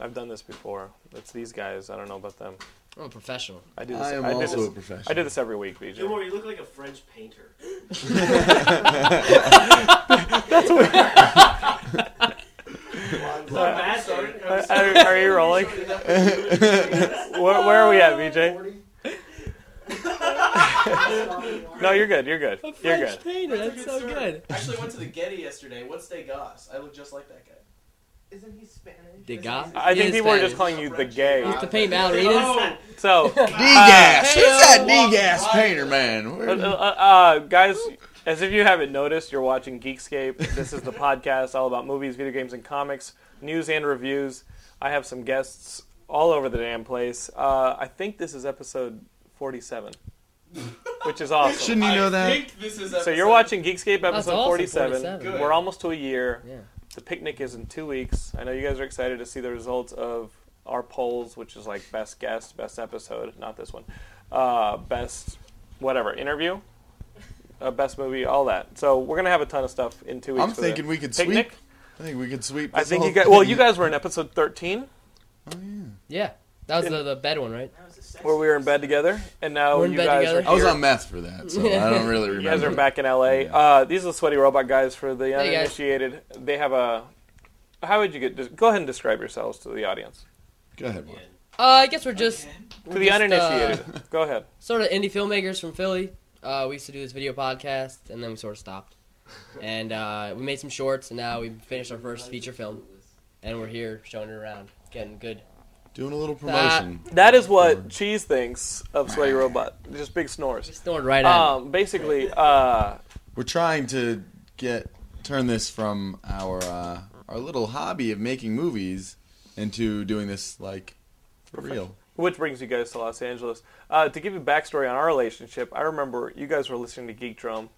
I've done this before. It's these guys. I don't know about them. I'm a professional. I do this. I am did also this- a professional. I do this every week, Don't BJ. worry, you look like a French painter. That's weird. Are, are- are you rolling? where, where are we at, BJ? No, you're good. You're good. You're good. painter. That's a That's so story. good. Actually, I went to the Getty yesterday. What's de Goss? I look just like that guy. Isn't he Spanish? They got. I It think is people are just Spanish. calling you the gay. You have to paint Oh. ballerinas. So, uh, D-gas. hey, Who's that yo, D-gas walk- painter, man? uh, uh, Where- uh, guys, as if you haven't noticed, you're watching Geekscape. This is the podcast all about movies, video games, and comics, news and reviews. I have some guests all over the damn place. Uh, I think this is episode 47, which is awesome. Shouldn't Oh, you know I that? think this is So episode- you're watching Geekscape That's episode awesome, 47. 47. We're almost to a year. Yeah. The picnic is in two weeks. I know you guys are excited to see the results of our polls, which is like best guest, best episode, not this one, uh, best whatever interview, uh, best movie, all that. So we're gonna have a ton of stuff in two weeks. I'm for thinking the we could picnic. sweep. I think we could sweep. I this think whole you guys. Well, thing. you guys were in episode 13 Oh, yeah. Yeah. That was the, the bed one, right? That was a sex where we were in bed together, and now We're in you bed guys together. are. Here. I was on meth for that, so I don't really You remember. guys are back in LA. Uh, these are the sweaty robot guys for the guys. uninitiated. They have a. How would you get? just Go ahead and describe yourselves to the audience. Go ahead, Mark. Uh, I guess we're just To We're the just, uh, uninitiated, go ahead. sort of indie filmmakers from Philly. Uh, we used to do this video podcast, and then we sort of stopped. And uh, we made some shorts, and now we finished our first feature film, and we're here showing it around, getting good. Doing a little promotion. That is what Cheese thinks of sweaty robot. Just big snores. Snored right at. it. Um, basically, uh, We're trying to get turn this from our uh, our little hobby of making movies into doing this like for real. which brings you guys to Los Angeles. Uh, to give you backstory on our relationship, I remember you guys were listening to Geek Drum,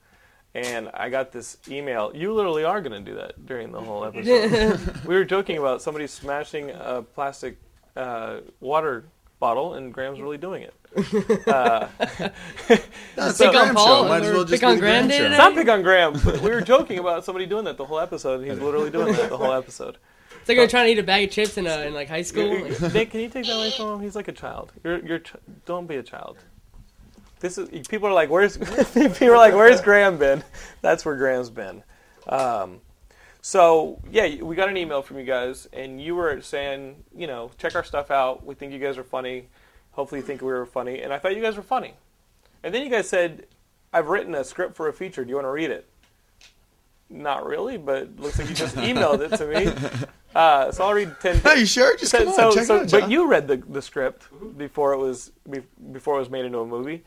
and I got this email. You literally are going to do that during the whole episode. we were joking about somebody smashing a plastic uh, water bottle, and Graham's really doing it. No, it's Pick the on Graham Paul show. Might as or well just pick be on the Graham Graham show. Day Not big on Graham, but we were joking about somebody doing that the whole episode, and he's literally doing that the whole episode. It's like we were trying to eat a bag of chips in, uh in like high school. Nick, Nick, can you take that away from him? He's like a child. You're, you're, ch- don't be a child. This is people are like, where's people are like, where's Graham been? That's where Graham's been. Um, so yeah, we got an email from you guys, and you were saying, you know, check our stuff out. We think you guys are funny. Hopefully, you think we were funny, and I thought you guys were funny. And then you guys said, I've written a script for a feature. Do you want to read it? Not really, but looks like you just emailed it to me. Uh, so I'll read ten. Are you sure? Just So, come on, so, check so- it out. but John. you read the, the script before it was be- before it was made into a movie.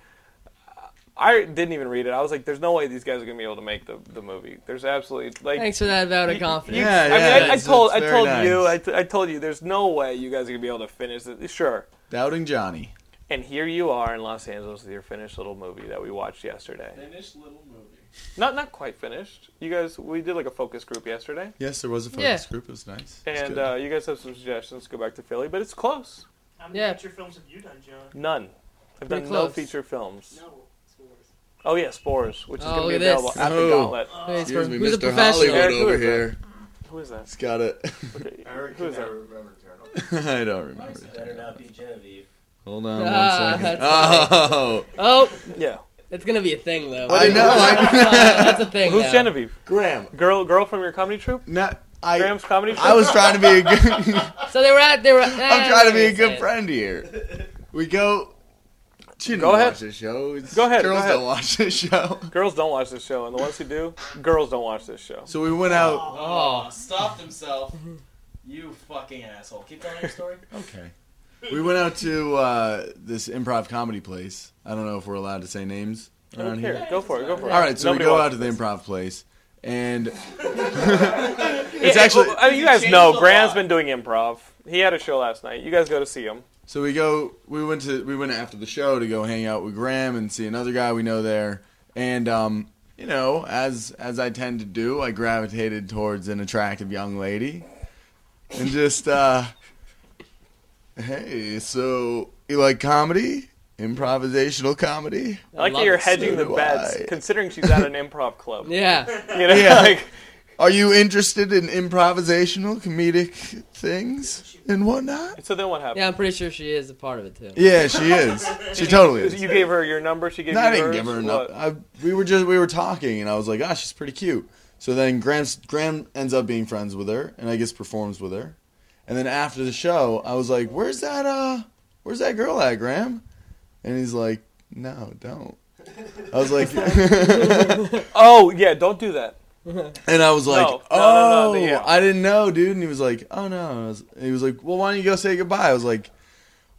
I didn't even read it. I was like, "There's no way these guys are gonna be able to make the, the movie." There's absolutely like, Thanks for that vote of confidence. Yeah, I yeah, mean, I, I it's- told it's I very told you nice. I, t- I told you there's no way you guys are gonna be able to finish it. Sure, doubting Johnny. and here you are in Los Angeles with your finished little movie that we watched yesterday. Finished little movie. Not not quite finished. You guys, we did like a focus group yesterday, Yes, there was a focus Yeah. group. It was nice. It was and good. uh, you guys have some suggestions. to Go back to Philly, but it's close. How many Yeah. feature films have you done, John? None. I've done Pretty no close. feature films. No. Scores. Oh yeah, spores, which is Oh, going to look be at this. available at the Oh. Gauntlet. Thanks for- Excuse me, who's a Mr. professional? Hollywood Yeah, over who's that? here. Who is that? It's got it. Okay, Eric who is can that? remember Turtle. I don't remember. Better not be Genevieve. Hold on Ah, one second. that's Oh, Oh, Yeah. it's gonna be a thing though. I know. I, That's a thing. Who's now. Genevieve? Graham. Girl, girl from your comedy troupe? Not, I, Graham's comedy troupe. I was trying to be a good. So they were at. They were. I'm trying to be a good friend here. We go. She Go don't ahead. watch this show. It's- Go ahead, go Girls ahead. don't watch this show. Girls don't watch this show, and the ones who do, girls don't watch this show. So we went out. Oh. Stopped himself. You fucking asshole. Keep telling your story. Okay. We went out to uh, this improv comedy place. I don't know if we're allowed to say names I around don't care. here. Go for it. Go for it. All right, so Nobody we go out watches to the this. improv place, and Yeah, it's actually well, I mean, you guys Changed know a Graham's lot. been doing improv. He had a show last night. You guys go to see him. So we go. We went to. We went after the show to go hang out with Graham and see another guy we know there. And um, you know, as as I tend to do, I gravitated towards an attractive young lady, and just uh, hey, so you like comedy, improvisational comedy? I like love that you're it. hedging So the do bets, I. considering she's at an improv club. Yeah. You know, Yeah. like Are you interested in improvisational comedic things and whatnot? So then what happened? Yeah, I'm pretty sure she is a part of it too. Yeah, she is. She totally is. You gave her your number. She gave. No, you I didn't hers? give her What? enough. I, we were just we were talking, and I was like, "Ah, she's pretty cute." So then Graham's, Graham ends up being friends with her, and I guess performs with her. And then after the show, I was like, "Where's that uh, where's that girl at, Graham?" And he's like, "No, don't." I was like, Oh yeah, don't do that. and I was like, No, no, no, "Oh, no, yeah. I didn't know, dude." And he was like, "Oh no," And I was, he was like, "Well, why don't you go say goodbye?" I was like.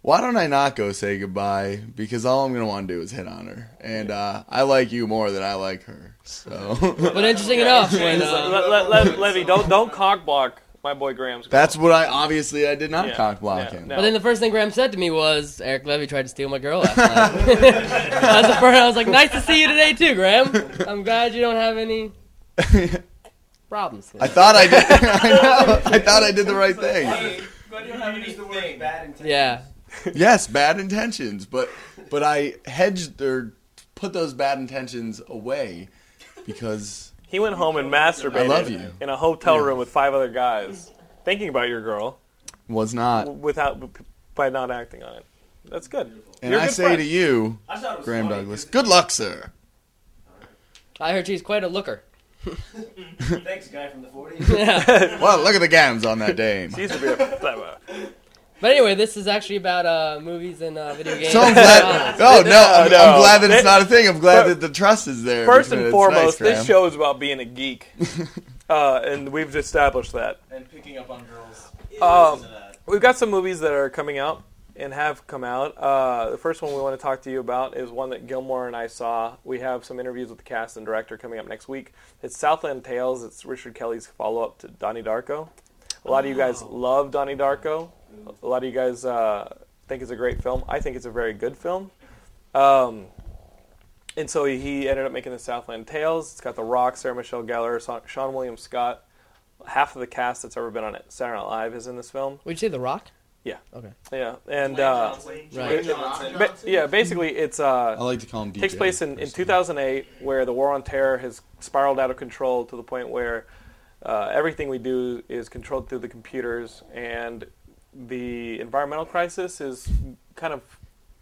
Why don't I not go say goodbye? Because all I'm gonna want to do is hit on her, and uh, I like you more than I like her. So But interesting enough, when He's like, uh, "Le- le- le- Levy, don't don't cock block my boy Graham's. girl." That's what I obviously I did not Yeah, cock block yeah, him. no. But then the first thing Graham said to me was, Eric Levy tried to steal my girl last night. that was the first, I was like, nice to see you today too, Graham. I'm glad you don't have any problems. I thought I did. I know. I thought I did the right thing. Glad you don't have anything. bad intentions. yeah. Yes, bad intentions, but but I hedged or put those bad intentions away because He went home and masturbated. I love you. In a hotel Yeah. room with five other guys, thinking about your girl was not. w- without by not acting on it. That's good. And You're a I good say friend. to you, I thought it was Graham funny, Douglas, good luck, sir. I heard she's quite a looker. dude. Thanks, guy from the 40s. Yeah. Well, look at the gams on that dame. She used to be a But anyway, this is actually about uh, movies and uh, video games. So I'm glad. Oh no, I'm, No, I'm no. glad that it's They- not a thing. I'm glad Fir- that the trust is there. First and between us. foremost, this Nice, Graham. show is about being a geek, uh, and we've established that. And picking up on girls. Um, Listen to that. We've got some movies that are coming out and have come out. Uh, the first one we want to talk to you about is one that Gilmore and I saw. We have some interviews with the cast and director coming up next week. It's Southland Tales. It's Richard Kelly's follow up to Donnie Darko. A lot of you guys love Donnie Darko. A lot of you guys uh, think it's a great film. I think it's a very good film. Um, and so he ended up making the Southland Tales. It's got The Rock, Sarah Michelle Gellar, Sa- Sean William Scott. Half of the cast that's ever been on it, Saturday Night Live is in this film. Would you say The Rock? Yeah, and uh, Right. it- ba- yeah, basically it's I uh, like to call him. DJ takes place in, in 2008, where the war on terror has spiraled out of control to the point where uh, everything we do is controlled through the computers, and the environmental crisis is kind of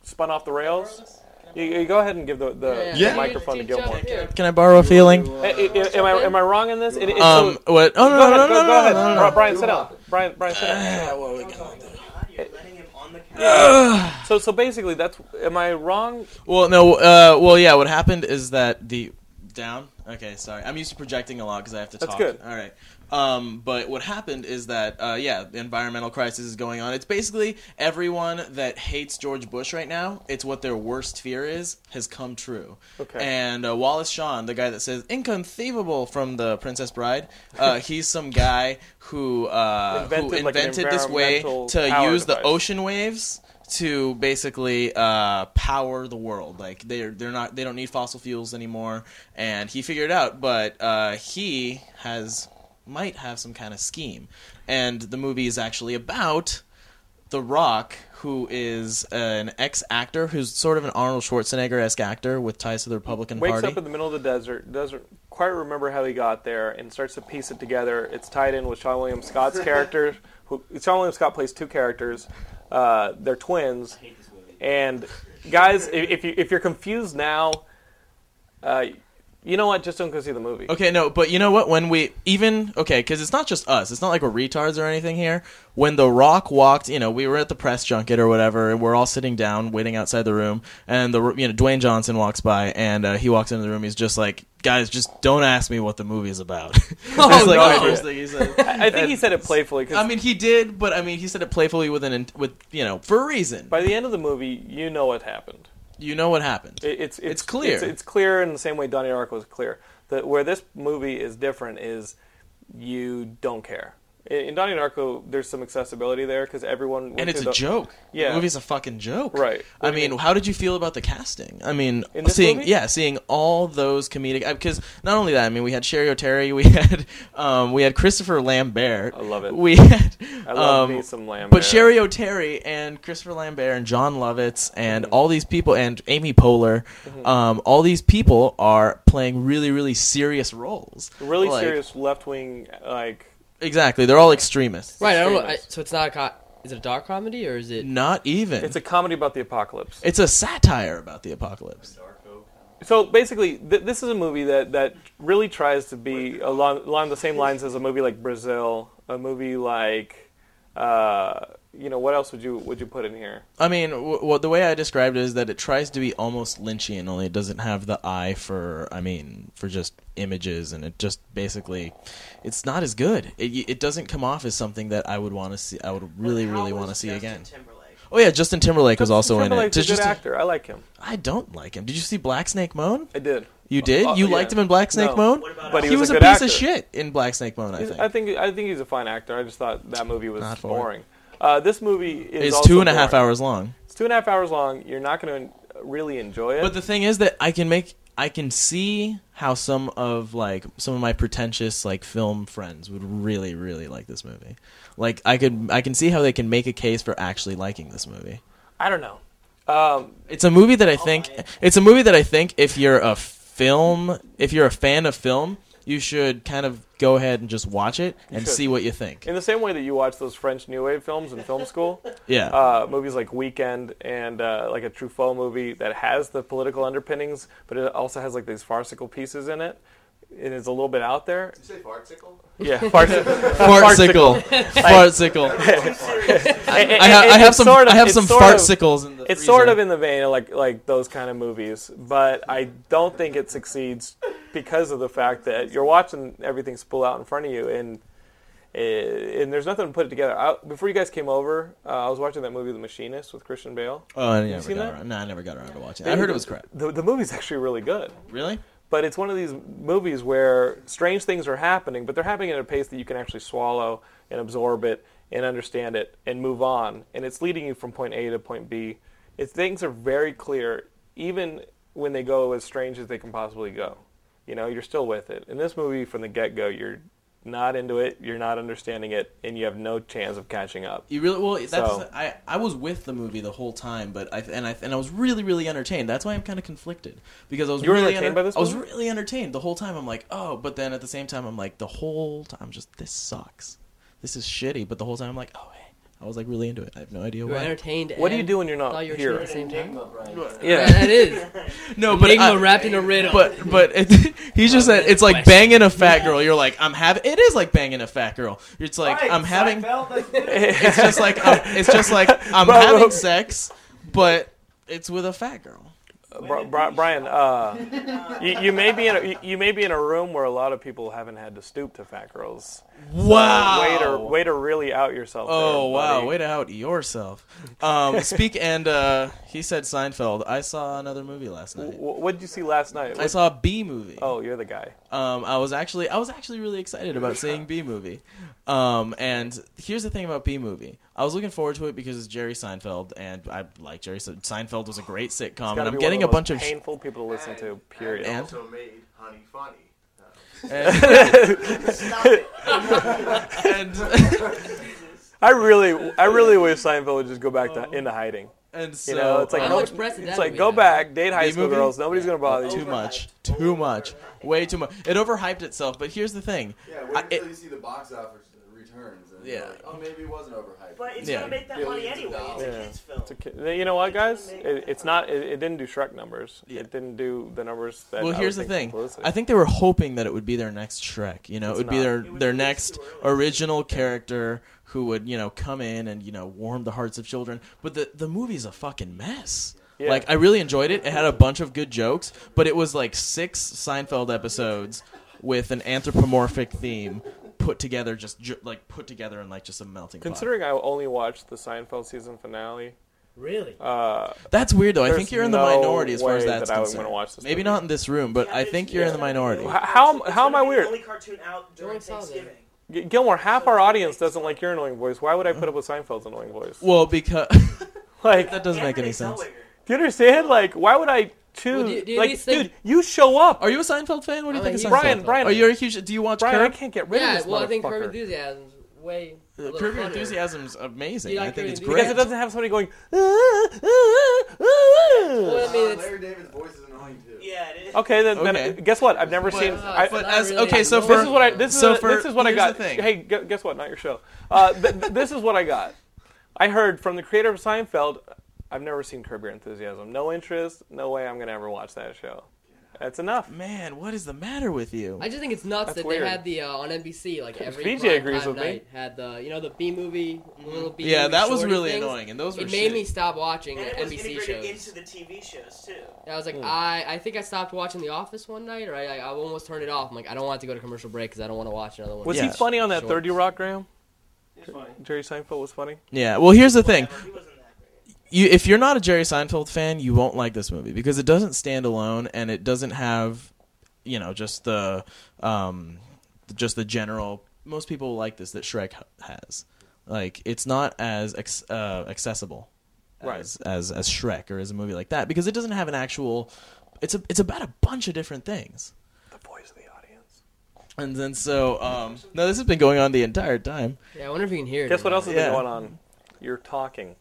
spun off the rails. You, you go ahead and give the, the, the Yeah. microphone to Gilmore. Can I borrow a feeling? Eh, eh, eh, am, I, am I wrong in this? It, it's Um, so- what? Oh no go no ahead, no go, no go no ahead. no Bri- no. Brian, sit down. Brian, Brian, sit down. You're letting him on the couch. So, so basically, that's. Am I wrong? Well, no. Uh, well, yeah. What happened is that the down. Okay, sorry. I'm used to projecting a lot because I have to That's talk. good. All right. Um, but what happened is that uh, yeah, the environmental crisis is going on. It's basically everyone that hates George Bush right now. It's what their worst fear is has come true. Okay. And uh, Wallace Shawn, the guy that says "inconceivable" from the Princess Bride, uh, he's some guy who uh, who Invented, like, an invented this way environmental to power use the device. ocean ocean waves to basically uh, power the world. Like they're they're not they don't need fossil fuels anymore, and he figured it out. But uh, he has might have some kind of scheme, and the movie is actually about the Rock, who is an ex actor who's sort of an Arnold Schwarzenegger esque actor with ties to the Republican wakes Party. up in the middle of the desert, doesn't quite remember how he got there, and starts to piece it together. It's tied in with Sean William Scott's character. Who, Sean William Scott plays two characters. Uh, they're twins. I hate this movie. And guys, if, if you if you're confused now, uh, you know what? Just don't go see the movie. Okay, no, but you know what? When we even okay, because it's not just us. It's not like we're retards or anything here. When The Rock walked, you know, we were at the press junket or whatever, and we're all sitting down, waiting outside the room, and the you know Dwayne Johnson walks by, and uh, he walks into the room. He's just like, guys, just don't ask me what the movie is about. Oh, That's, like, no. the first thing he said. I think he said it playfully because I mean, he did, but I mean, he said it playfully with an in- with you know for a reason. by the end of the movie, you know what happened. You know what happened? It- it's, it's clear. It's, it's clear in the same way Donnie Darko was clear. That where this movie is different is you don't care. In, in Donnie Narco, there's some accessibility there because everyone went and it's through a the- joke. Yeah. the movie's a fucking joke. Right. I What do you mean, mean? how did you feel about the casting? I mean, In this seeing movie? yeah, seeing all those comedic because not only that, I mean, we had Sherry O'Terry, we had um, we had Christopher Lambert. I love it. We had I love um, me some Lambert. But Sherry O'Terry and Christopher Lambert and John Lovitz and Mm-hmm. all these people and Amy Poehler, um, all these people are playing really, really serious roles. really Like- serious left wing like Exactly, they're all extremists. Right. I don't know. I, famous. so it's not a co- is it a dark comedy or is it? Not even. it's a comedy about the apocalypse. It's a satire about the apocalypse. so basically, th- this is a movie that, that really tries to be along along the same lines as a movie like Brazil, a movie like uh, you know what else would you would you put in here? I mean, w- well, the way I described it is that it tries to be almost Lynchian, only it doesn't have the eye for, I mean, for just images, and it just basically, it's not as good. It, it doesn't come off as something that I would want to see. I would really, really want to see again. Timberlake. Oh yeah, Justin Timberlake was Justin also Timberlake's in it. a good Just- actor. I like him. I don't like him. Did you see Black Snake Moan? I did. You did. Oh, you yeah. liked him in Black Snake No. Moan. What about But uh, he was was, a a, good piece actor. of shit in Black Snake Moan. I He's- think. I think I think he's a fine actor. I just thought that movie was Not for it. boring. Uh, this movie is it's also two and a half boring. hours long. It's two and a half hours long. You're not going to really enjoy it. But the thing is that I can make I can see how some of like some of my pretentious like film friends would really really like this movie. Like I could I can see how they can make a case for actually liking this movie. I don't know. Um, It's a movie that I think it's a movie that I think if you're a film if you're a fan of film, you should kind of go ahead and just watch it and should. see what you think. in the same way that you watch those French New Wave films in film school, Yeah. uh, movies like Weekend and uh, like a Truffaut movie that has the political underpinnings, but it also has like these farcical pieces in it. It is a little bit out there. Did you say farcicle? Yeah, farcical. farcicle. farcicle. I, ha- I have some I have some fartsicles in the It's freezer. sort of in the vein of like like those kind of movies, but I don't think it succeeds because of the fact that you're watching everything spill out in front of you, and eh, and there's nothing to put it together. I, before you guys came over, uh, I was watching that movie, The Machinist, with Christian Bale. Oh, I never seen got that? around. No, I never got around to watching. it. I heard it was crap. The, the movie's actually really good, Really? but it's one of these movies where strange things are happening, but they're happening at a pace that you can actually swallow and absorb it and understand it and move on. And it's leading you from point A to point B. It's things are very clear, even when they go as strange as they can possibly go. You know, you're still with it. In this movie, from the get go, you're not into it, you're not understanding it, and you have no chance of catching up. You really well. That's So- I. I was with the movie the whole time, but I and I and I was really really entertained. That's why I'm kind of conflicted because I was You were really entertained by this I was movie? really entertained the whole time. I'm like, oh, but then at the same time, I'm like, the whole time, I'm just this sucks. This is shitty. But the whole time, I'm like, oh hey, I was like really into it. I have no idea You were why. entertained. What do you and do when you're not thought you were here? entertained at the same time. Yeah. Yeah, that is. No, but Enigma I, wrapped in a riddle. but but it, he just said it's like banging a fat girl. You're like I'm having. It is like banging a fat girl. It's like I'm having. It's just like I'm, it's just like I'm Bro. having sex, but it's with a fat girl. Bri- Bri- Brian, uh, you, you may be in a, you- you may be in a room where a lot of people haven't had to stoop to fat girls. Wow. Way to way to really out yourself. Oh there, buddy. wow! Way to out yourself. Um, speak and uh, he said Seinfeld. I saw another movie last night. W- what did you see last night? I What- saw a B movie. Oh, you're the guy. Um, I was actually I was actually really excited about seeing B movie. Um, and here's the thing about B movie. I was looking forward to it because it's Jerry Seinfeld, and I like Jerry. Se- Seinfeld was a great sitcom, and Gotta I'm be getting a one bunch the of most sh- painful people to listen to. Period. And- Also made honey funny. and I really I really wish Seinfeld would just go back to into hiding. and so uh, You know, it's like How no- much press did it's that like movie go have? back, date high B school movie? Oh. girls. Nobody's gonna bother uh, too you. much, too much, way too much. It overhyped itself, but here's the thing. Yeah, I- wait until it- you see the box office returns. And Yeah. yeah. Like, oh, maybe it wasn't overhyped. But it's Yeah. gonna make that money Billions of anyway. It's dollars. a kids' film. It's okay. You know what, guys? It, it's not. It, it didn't do Shrek numbers. It didn't do the numbers that. well, I here's the would thing. think publicity. I think they were hoping that it would be their next Shrek. You know, it It's would be not. their It was their released next too early. original character who would you know come in and you know warm the hearts of children. But the the movie's a fucking mess. Yeah. Like I really enjoyed it. It had a bunch of good jokes, but it was like six Seinfeld episodes with an anthropomorphic theme put together, just ju- like put together in like just a melting pot. Considering I only watched the Seinfeld season finale, Really? uh, That's weird though. I There's think you're in the no minority as far as way that's that I would concerned. wanna watch this Maybe movie. not in this room, but Yeah, I it's- think you're in yeah. the minority. How- how am- It's how am I gonna be weird? The only cartoon out during saw that. Thanksgiving. G- Gilmore, half our audience doesn't like your annoying voice. Why would I put up with Seinfeld's annoying voice? Well, because Like, that doesn't make any sense. do you understand? Like, why would I choose? Well, do you- do you at like, least dude, think- you show up. Are you a Seinfeld fan? What do you I think of like Seinfeld? Oh, Brian, Brian, Are you a huge? Do you watch Brian, I Curb? can't get rid of Yeah, this well, I think Curb motherfucker. Enthusiasm way. a Uh, little Curb Your funner. Enthusiasm's amazing. You like I think Curb it's Your great. Because it doesn't have somebody going. "Ah, ah, ah, Well, I mean, it's- Uh, Larry David's voice is annoying too. Yeah, it is. ah." Okay, then, then Okay. guess what? I've never But- seen. Ah, I, it's but not as- okay, so annoying. this is what I. This is So a- for- this is what I here's got. the thing. Hey, gu- guess what? Not your show. Uh, th- th- this is what I got. I heard from the creator of Seinfeld. I've never seen Curb Your Enthusiasm. No interest. No way. I'm gonna ever watch that show. That's enough. Man, what is the matter with you? I just think it's nuts That's that weird. they had the uh, on NBC like every PJ prime agrees time with me. night had the you know the B movie little B yeah, movie that was shorty really things. annoying, and those were It made shitty. me stop watching And it was NBC integrated shows. into the TV shows too. I was like, Hmm. I, I think I stopped watching The Office one night, or I, I I almost turned it off. I'm like, I don't want to go to commercial break because I don't want to watch another one. Was Yeah. he funny on that Sure. 30 Rock, Graham? It's funny. Jerry Seinfeld was funny? Yeah. Well, here's the thing. He wasn't that great. You, if you're not a Jerry Seinfeld fan, you won't like this movie because it doesn't stand alone and it doesn't have, you know, just the, um, just the general. Most people like this that Shrek ha- has. Like, it's not as ex- uh, accessible Right. as, as as Shrek or as a movie like that because it doesn't have an actual. It's a it's about a bunch of different things. The voice of the audience. And then so um, no, this has been going on the entire time. Yeah, I wonder if you can hear it. Guess or what not. else has Yeah. been going on? You're talking.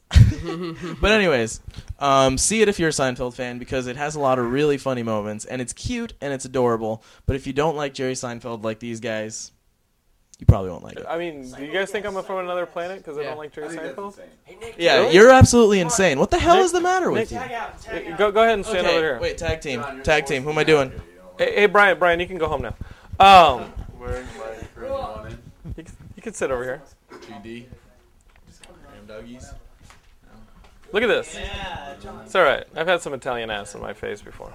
But anyways, um, see it if you're a Seinfeld fan because it has a lot of really funny moments and it's cute and it's adorable. But if you don't like Jerry Seinfeld like these guys, you probably won't like it. Uh, I mean, do you guys think I'm from another planet because I Yeah. don't like Jerry Seinfeld? Yeah, Really? you're absolutely insane. What the hell is the matter Nick- with you? Tag out, tag Uh, out. Go, go ahead and stand over Okay, here. wait, tag team, tag team. Who am I doing? Hey, hey, Brian, Brian, you can go home now. Um, Wearing my Craig Ronan you, can, you can sit over here. 2D. Graham Duggies. Look at this. Yeah, John. It's all right. I've had some Italian ass in my face before.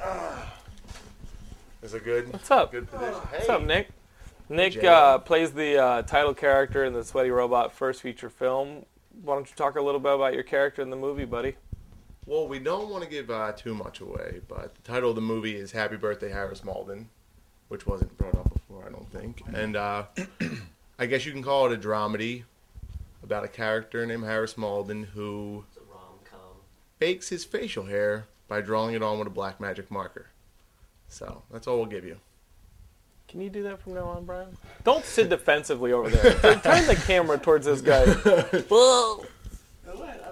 Is it good? What's up? Good position. What's up, Nick? Nick uh, plays the uh, title character in the Sweaty Robot first feature film. Why don't you talk a little bit about your character in the movie, buddy? Well, we don't want to give uh, too much away, but the title of the movie is Happy Birthday, Harris Malden, which wasn't brought up before, I don't think. And uh, I guess you can call it a dramedy about a character named Harris Malden who It's a rom-com. fakes his facial hair by drawing it on with a black magic marker. So that's all we'll give you. Can you do that from now on, Brian? Don't sit defensively over there. Turn the camera towards this guy. Well,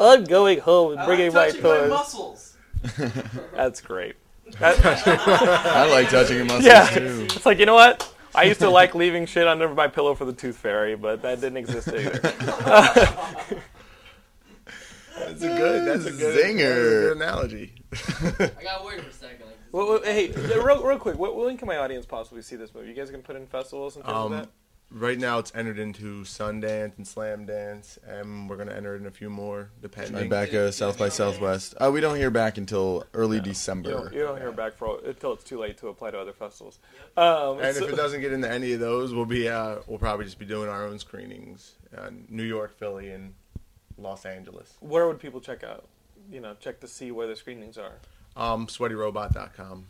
I'm going home and bringing my toys. muscles. That's great. That, I like touching your muscles Yeah. too. it's like you know what? I used to like leaving shit under my pillow for the tooth fairy, but that didn't exist either. That's a good. That's a good Good zinger. analogy. I got worried for a second. Like, Well, well, hey, real, real quick, what, when can my audience possibly see this movie? You guys gonna put in festivals and things Um, like that? Right now, it's entered into Sundance and Slam Dance, and we're gonna enter in a few more My depending. back uh, South by Southwest. Uh, we don't hear back until early December. You don't, you don't hear back for until it's too late to apply to other festivals. Um, And if so- it doesn't get into any of those, we'll be uh, we'll probably just be doing our own screenings, uh, New York, Philly, and Los Angeles. where would people check out? You know, check to see where the screenings are. Um, SweatyRobot.com.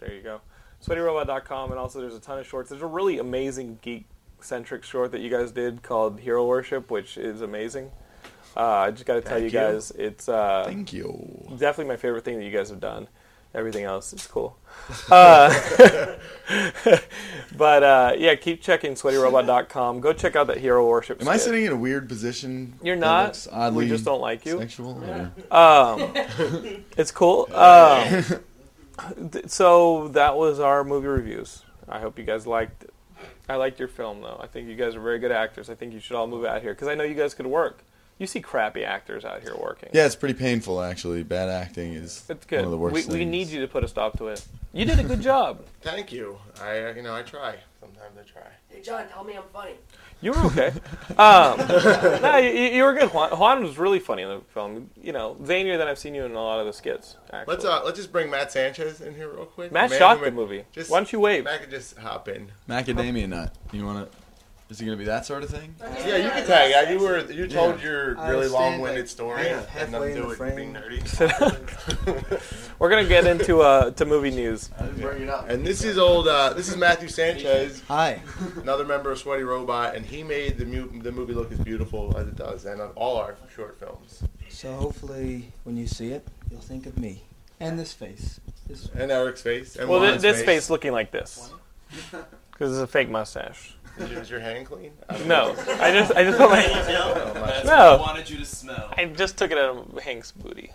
There you go. SweatyRobot.com, and also there's a ton of shorts. There's a really amazing geek-centric short that you guys did called Hero Worship, which is amazing. Uh, I just got to tell you Thank you. guys, it's uh, Thank you. definitely my favorite thing that you guys have done. Everything else is cool. Uh, but uh, yeah, keep checking SweatyRobot.com. Go check out that Hero Worship. Am I skit. sitting in a weird position? You're that not. looks Oddly We just don't like you. Sexual. or- Um, it's cool. Um, th- so that was our movie reviews. I hope you guys liked. It. I liked your film though. I think you guys are very good actors. I think you should all move out here because I know you guys could work. You see crappy actors out here working. Yeah, it's pretty painful actually. Bad acting is it's good. one of the worst we, things. we need you to put a stop to it. You did a good job. Thank you. I uh, you know I try. Sometimes I try. hey, John, tell me I'm funny. You were okay. Um, no, you, you were good. Juan, Juan was really funny in the film. You know, zanier than I've seen you in a lot of the skits. Actually. Let's uh let's just bring Matt Sanchez in here real quick. Matt Man shot who the made- movie. Just Why don't you wave? Matt could just hop in. Macadamia nut. You want to? Is it gonna be that sort of thing? Yeah, you can tag out. You were you told Yeah. your I really stand, long-winded like, story half- and had halfway nothing to in do the with being frame. nerdy. We're gonna get into uh to movie news. I didn't bring it up. And this is old. Uh, this is Matthew Sanchez, Hi. another member of Sweaty Robot, and he made the mu- the movie look as beautiful as it does, and of all our short films. So hopefully, when you see it, you'll think of me and this face. This And Eric's face. And Well, thi- Juan's this face looking like this because it's a fake mustache. Is your- Is your hand clean? I don't No, know. I just I just put my I don't know much. That's No. what I wanted you to smell. I just took it out of Hank's booty.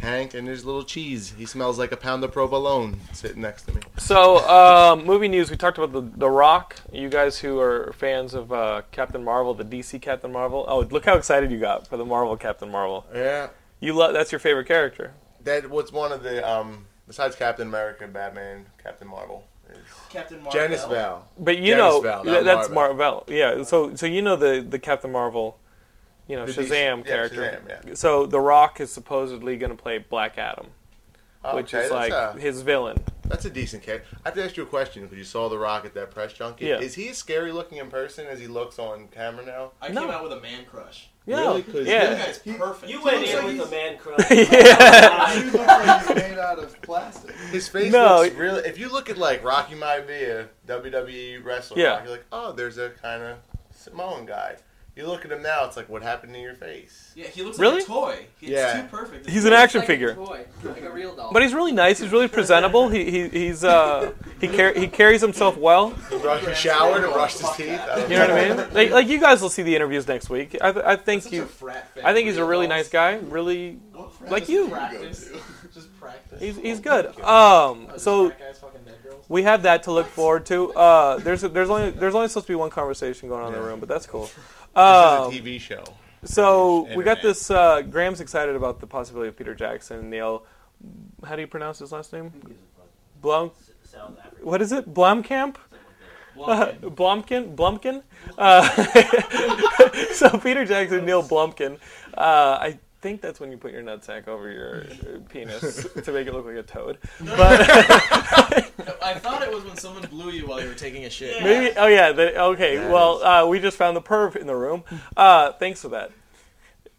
Hank and his little cheese. He smells like a pound of provolone sitting next to me. So, um, movie news. We talked about the The Rock. You guys who are fans of uh, Captain Marvel, the DC Captain Marvel. Oh, look how excited you got for the Marvel Captain Marvel. Yeah, You love that's your favorite character. that was one of the um besides Captain America, Batman, Captain Marvel. is- Captain Marvel. Janice Val. But you Janice know Val, not th- that's Marvel. Marvel. Yeah. So so you know the the Captain Marvel, you know The DC Shazam yeah, character. Shazam, yeah. So The Rock is supposedly going to play Black Adam, Oh, which okay, is that's like a- his villain. That's a decent character. I have to ask you a question because you saw The Rock at that press junket. Yeah. Is he as scary looking in person as he looks on camera now? I No. came out with a man crush. Yeah. Really? 'Cause That Yeah. guy's perfect. You went in like with he's- a man crush. yeah. looks like he's made out of plastic. His face No. looks really. If you look at like Rocky Maivia, WWE wrestler, Yeah. you're like, oh, there's a kind of Samoan guy. You look at him now, it's like, what happened to your face? Yeah, he looks Really? like a toy. He's Yeah. too perfect. He's an action Like a figure. toy, like a real doll. But he's really nice. He's really presentable. He, he he's uh he car- he carries himself well. He, rushed, he showered and brushed his teeth. I don't You know what I mean? Like, like you guys will see the interviews next week. I, th- I think Such a you. frat fan. I think he's a really Real nice guy. Really, dolls. What frat like just you. Practice. just practice. he's he's Oh, good. Um, Oh, this so frat guy's fucking dead girls. we have that to look forward to. Uh, there's there's only there's only supposed to be one conversation going on in the Yeah. room, but that's cool. This Um, is a TV show. so we got Internet. this. Uh, Graham's excited about the possibility of Peter Jackson. Neil, how do you pronounce his last name? Blum. South Africa. What is it? Blomkamp. Well, Blumkin, Blumkin. Uh, so Peter Jackson, Neil Blumkin. Uh, I think that's when you put your nutsack over your uh, penis to make it look like a toad. But I thought it was when someone blew you while you were taking a shit. maybe. Oh yeah. The, okay. well, uh, we just found the perv in the room. Uh, thanks for that.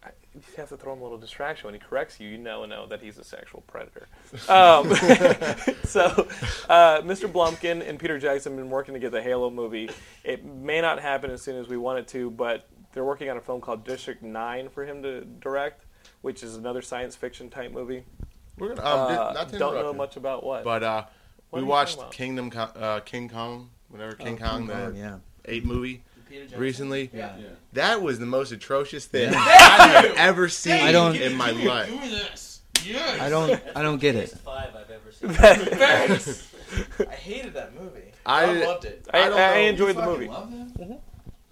I- You have to throw him a little distraction when he corrects you. You now know that he's a sexual predator. Um, so, uh, Mr. Blumkin and Peter Jackson have been working to get the Halo movie. It may not happen as soon as we want it to, but they're working on a film called District 9 for him to direct, which is another science fiction type movie. We're gonna, Uh, um, di- not to don't interrupt know you, much about what. but uh, What are we you watched talking about? Oh, Kingdom, Co- uh, King Kong, whatever King Kong, the yeah. eight movie Peter Jackson. recently. Yeah. Yeah. That was the most atrocious thing I've ever seen I don't- in my life. this. Yes. I don't. I don't get That's it. the five I've ever seen. Thanks. I hated that movie. I- I, loved it. I, I don't I know. enjoyed the movie.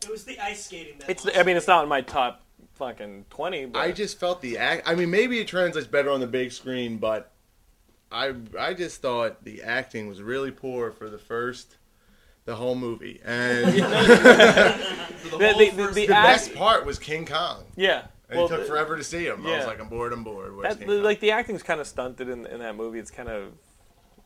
It was the ice skating. That It's. lost I mean, me. it's not in my top fucking 20, but I just felt the act. I mean, maybe it translates better on the big screen, but I I just thought the acting was really poor for the first, the whole movie. And The, the, whole the, the, first- the the act. best part was King Kong. Yeah. And it took forever to see him. I yeah. was like, I'm bored. I'm bored. Where's That, King the, Kong? like the acting's kind of stunted in, in that movie. It's kind of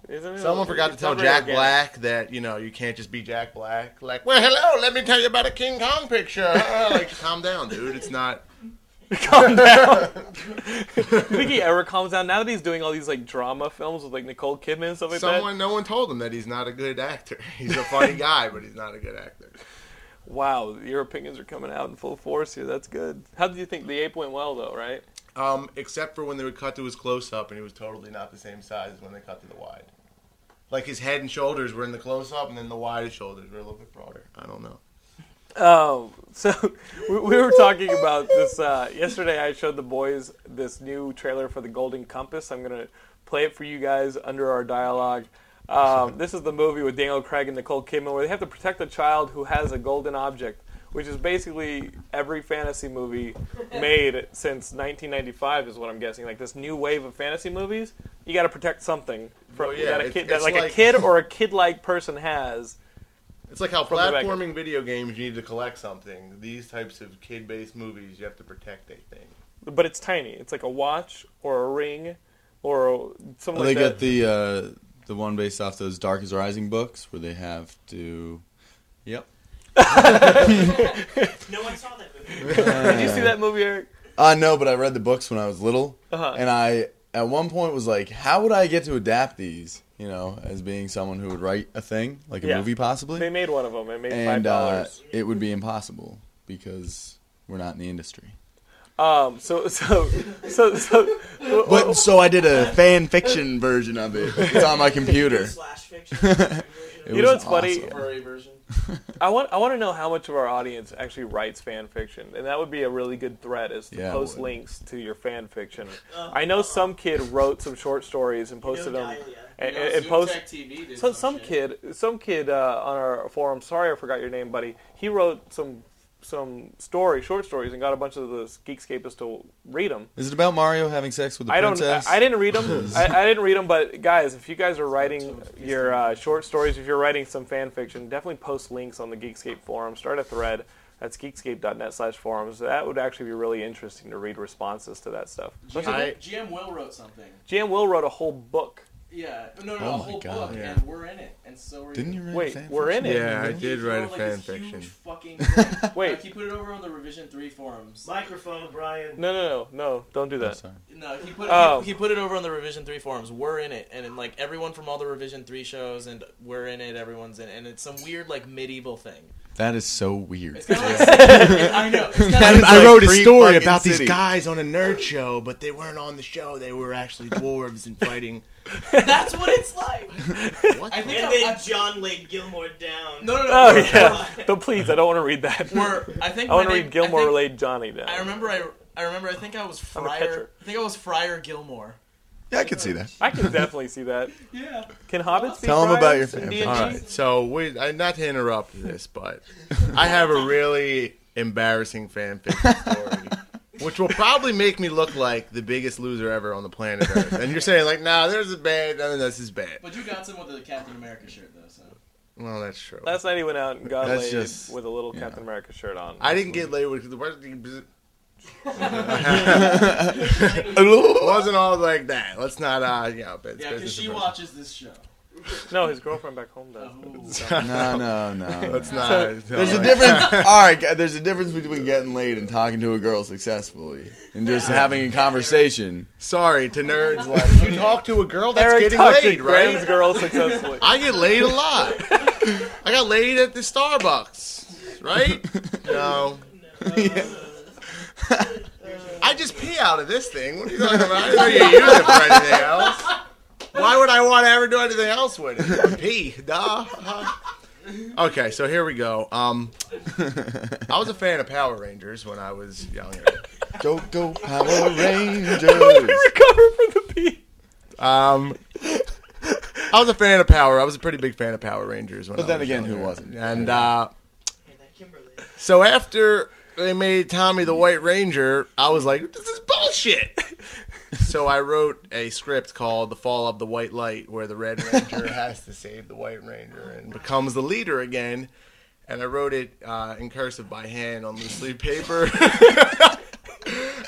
isn't it? Someone forgot to it's tell not very Jack organic. Black that you know you can't just be Jack Black. Like, well, hello, let me tell you about a King Kong picture. Uh, like, calm down, dude. It's not. Calm down. you think he ever calms down? Now that he's doing all these like drama films with like Nicole Kidman and stuff like Someone, no one told him that he's not a good actor. He's a funny guy, but he's not a good actor. that. Wow, your opinions are coming out in full force here. That's good. How do you think the ape went well though? Right? Um, except for when they would cut to his close up, and he was totally not the same size as when they cut to the wide. Like his head and shoulders were in the close up, and then the wide shoulders were a little bit broader. I don't know. Um, so we, we were talking about this uh, yesterday. I showed the boys this new trailer for the Golden Compass. I'm gonna play it for you guys under our dialogue. Um, this is the movie with Daniel Craig and Nicole Kidman where they have to protect a child who has a golden object, which is basically every fantasy movie made since 1995 is what I'm guessing. Like this new wave of fantasy movies, you got to protect something from Well, yeah, that a it's- kid that it's like, a like- kid or a kid-like person has. It's like how From the back. platforming video games you need to collect something. These types of kid based movies, you have to protect a thing. but it's tiny. It's like a watch or a ring or something they like that. got the uh, the one based off those Dark is Rising books where they have to. Yep. no one saw that movie. Did you see that movie, Eric? Uh, no, but I read the books when I was little, Uh-huh. and I at one point was like, "How would I get to adapt these?" You know, as being someone who would write a thing like a Yeah. movie, They possibly, made one of them. It made five and uh, dollars. it would be impossible because we're not in the industry. Um. So so so so. oh. But so I did a fan fiction version of it. It's on my computer. Slash fiction. It You know was what's funny? awesome. Furry version. I want I want to know how much of our audience actually writes fan fiction, and that would be a really good thread is to Yeah, it post would. links to your fan fiction. Uh, I know some kid wrote some short stories and posted know them, Dahlia. and, You know, and, and Zoom post. Tech TV did So some some shit. kid, some kid uh, on our forum. Sorry, I forgot your name, buddy. He wrote some some story, short stories, and got a bunch of the Geekscapists to read them. Is it about Mario having sex with the I don't. I, princess? I didn't read them. I, I didn't read them. But guys, if you guys are writing your uh, short stories, if you're writing some fan fiction, definitely post links on the Geekscape forum. Start a thread. That's geekscape.net/forums. That would actually be really interesting to read responses to that stuff. GM, I- GM Will wrote something. Jam Will wrote a whole book. Yeah. No, no, Oh a my whole God. book, Yeah. and we're in it, and so are Didn't you read Wait, fan we're in it. Yeah, I He did write a wrote, like, fan this huge fiction. Fucking thing. Wait. Like, he put it over on the revision three forums. Microphone, Brian. No, no, no, no. Don't do I'm that. sorry. No, he put Oh. he, he put it over on the Revision Three forums. We're in it, and then, like everyone from all the Revision Three shows, and we're in it. Everyone's in, it. and it's some weird like medieval thing. That is so weird. It's kind of like I know. It's kind That of is like, I wrote a story about these guys on a nerd show, but they weren't on the show. They were actually dwarves and fighting. that's what it's like. What? I think And I, then I, John laid Gilmore down. no, no, no. Oh we're- yeah. Don't please. I don't want to read that. We're, I think I want my to name- read Gilmore I think- related Johnny down. I remember. I I remember. I think I was I'm a Friar. catcher. I think I was Friar Gilmore. Yeah, I can see that. I can definitely see that. Yeah. Can hobbits be Tell 'em friars about your in fan D&D? All right, so we, I, not to interrupt this, but I have a really embarrassing fan fiction story, which will probably make me look like the biggest loser ever on the planet Earth. And you're saying like, nah, there's a bad, no, this is bad. But you got some with the Captain America shirt though. So Well, that's true. Last night he went out and got That's laid just- with a little yeah. Captain America shirt on. I didn't get laid with the wasn't all like that. Let's not, uh, you know, it's yeah, because business she about- watches this show. No, his girlfriend back home does. Ooh. No, no, no. Let's not. There's a difference. All right, guy, there's a difference between getting laid and talking to a girl successfully, and just having a conversation. Sorry to nerds. Like, you talk to a girl that's Eric getting talked to laid, right? Graham's girl successfully. I get laid a lot. I got laid at the Starbucks, right? No. I just pee out of this thing. What are you talking about? I didn't know you used it for anything else. Why would I want to ever do anything else with it? Pee, duh. Okay, so here we go. Um, I was a fan of Power Rangers when I was younger. Go, go, Power Rangers! Recover from the pee. Um, I was a fan of Power. I was a pretty big fan of Power Rangers. When But I then was again, who younger. wasn't? And uh, And that Kimberly. So after they made Tommy the White Ranger, I was like, this is bullshit. so I wrote a script called The Fall of the White Light, where the Red Ranger has to save the White Ranger and becomes the leader again. And I wrote it uh, in cursive by hand on loose leaf paper.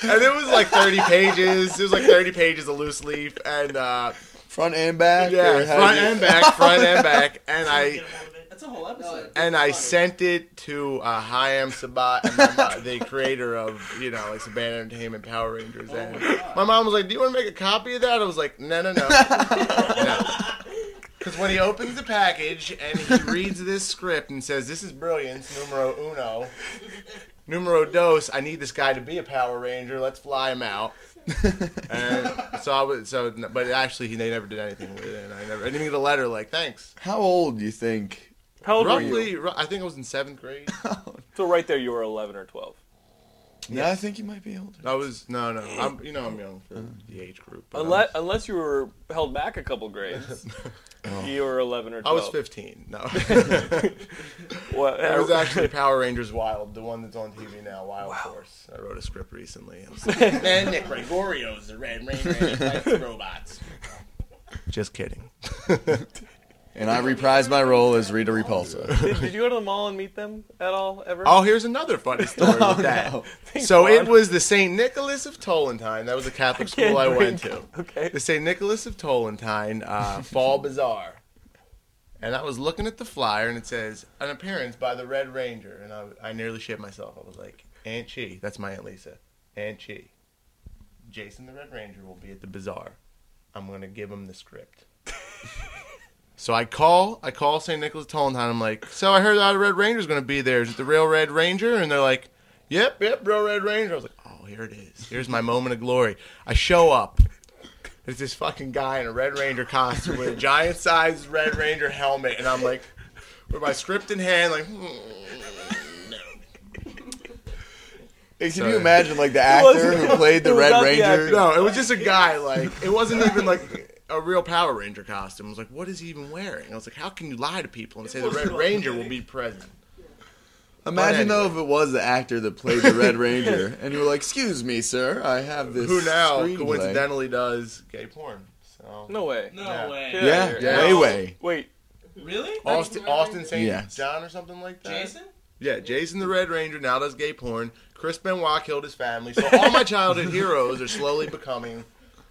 and it was like 30 pages. It was like 30 pages of loose leaf. And uh, Front and back. yeah, or how front you- and back, front and back. And I Get a hold of it. That's a whole episode. and I sent it to uh, Hayam Sabat, and my mom- the creator of you know like Saban Entertainment, Power Rangers. and my God. my mom was like, "Do you want to make a copy of that?" I was like, "No, no, no, no." Because when he opens the package and he reads this script and says, "This is brilliance, numero uno, numero dos," I need this guy to be a Power Ranger. Let's fly him out. and so I was so, but actually, he they never did anything with it. And I never, I didn't get a letter like thanks. How old do you think? How old were you? Roughly, ru- I think I was in seventh grade. So right there, you were 11 or 12. No, I think you might be older. I was no, no. I'm, you know, I'm young for the age group. but Unless, unless you were held back a couple grades, you were 11 or Oh. 12. I was 15. No, it What- was actually Power Rangers Wild, the one that's on TV now, Wild Force. I wrote a script recently. It was like, Then Nick Gregorio's the Red Ranger and he fights robots. Just kidding. And I reprised my role as Rita Repulsa. did, did you go to the mall and meet them at all, ever? Oh, here's another funny story Oh, with that. Thanks, So it Ron. was the St. Nicholas of Tolentine. That was a Catholic can't school I went drink. to. Okay. The St. Nicholas of Tolentine uh, Fall Bazaar. and I was looking at the flyer, and it says an appearance by the Red Ranger, and I, I nearly shit myself. I was like, Aunt Chi, that's my Aunt Lisa, Aunt Chi, Jason the Red Ranger will be at the bazaar. I'm gonna give him the script. so I call, I call St. Nicholas Tollentine. I'm like, so I heard that the Red Ranger's gonna be there. Is it the real Red Ranger? And they're like, yep, yep, real Red Ranger. I was like, oh, here it is. Here's my moment of glory. I show up. There's this fucking guy in a Red Ranger costume with a giant sized Red Ranger helmet, and I'm like, with my script in hand, like, hmm, no. Hey, can Sorry. you imagine like the actor wasn't- who played the it was Red not the Ranger? actor. No, it was just a guy. Like it wasn't even like a real Power Ranger costume. I was like, what is he even wearing? I was like, how can you lie to people and say the Red Ranger will be present? Imagine though if anyway. it was the actor that played the Red Ranger, and you were like, "Excuse me, sir, I have this." Who now screenplay." coincidentally does gay porn? So No way. No Yeah. way. Yeah. Yeah, Yeah. way way. Wait, Really? Austin, Austin St. Yes. John or something like that. Jason? Yeah, Jason the Red Ranger now does gay porn. Chris Benoit killed his family, so all my childhood heroes are slowly becoming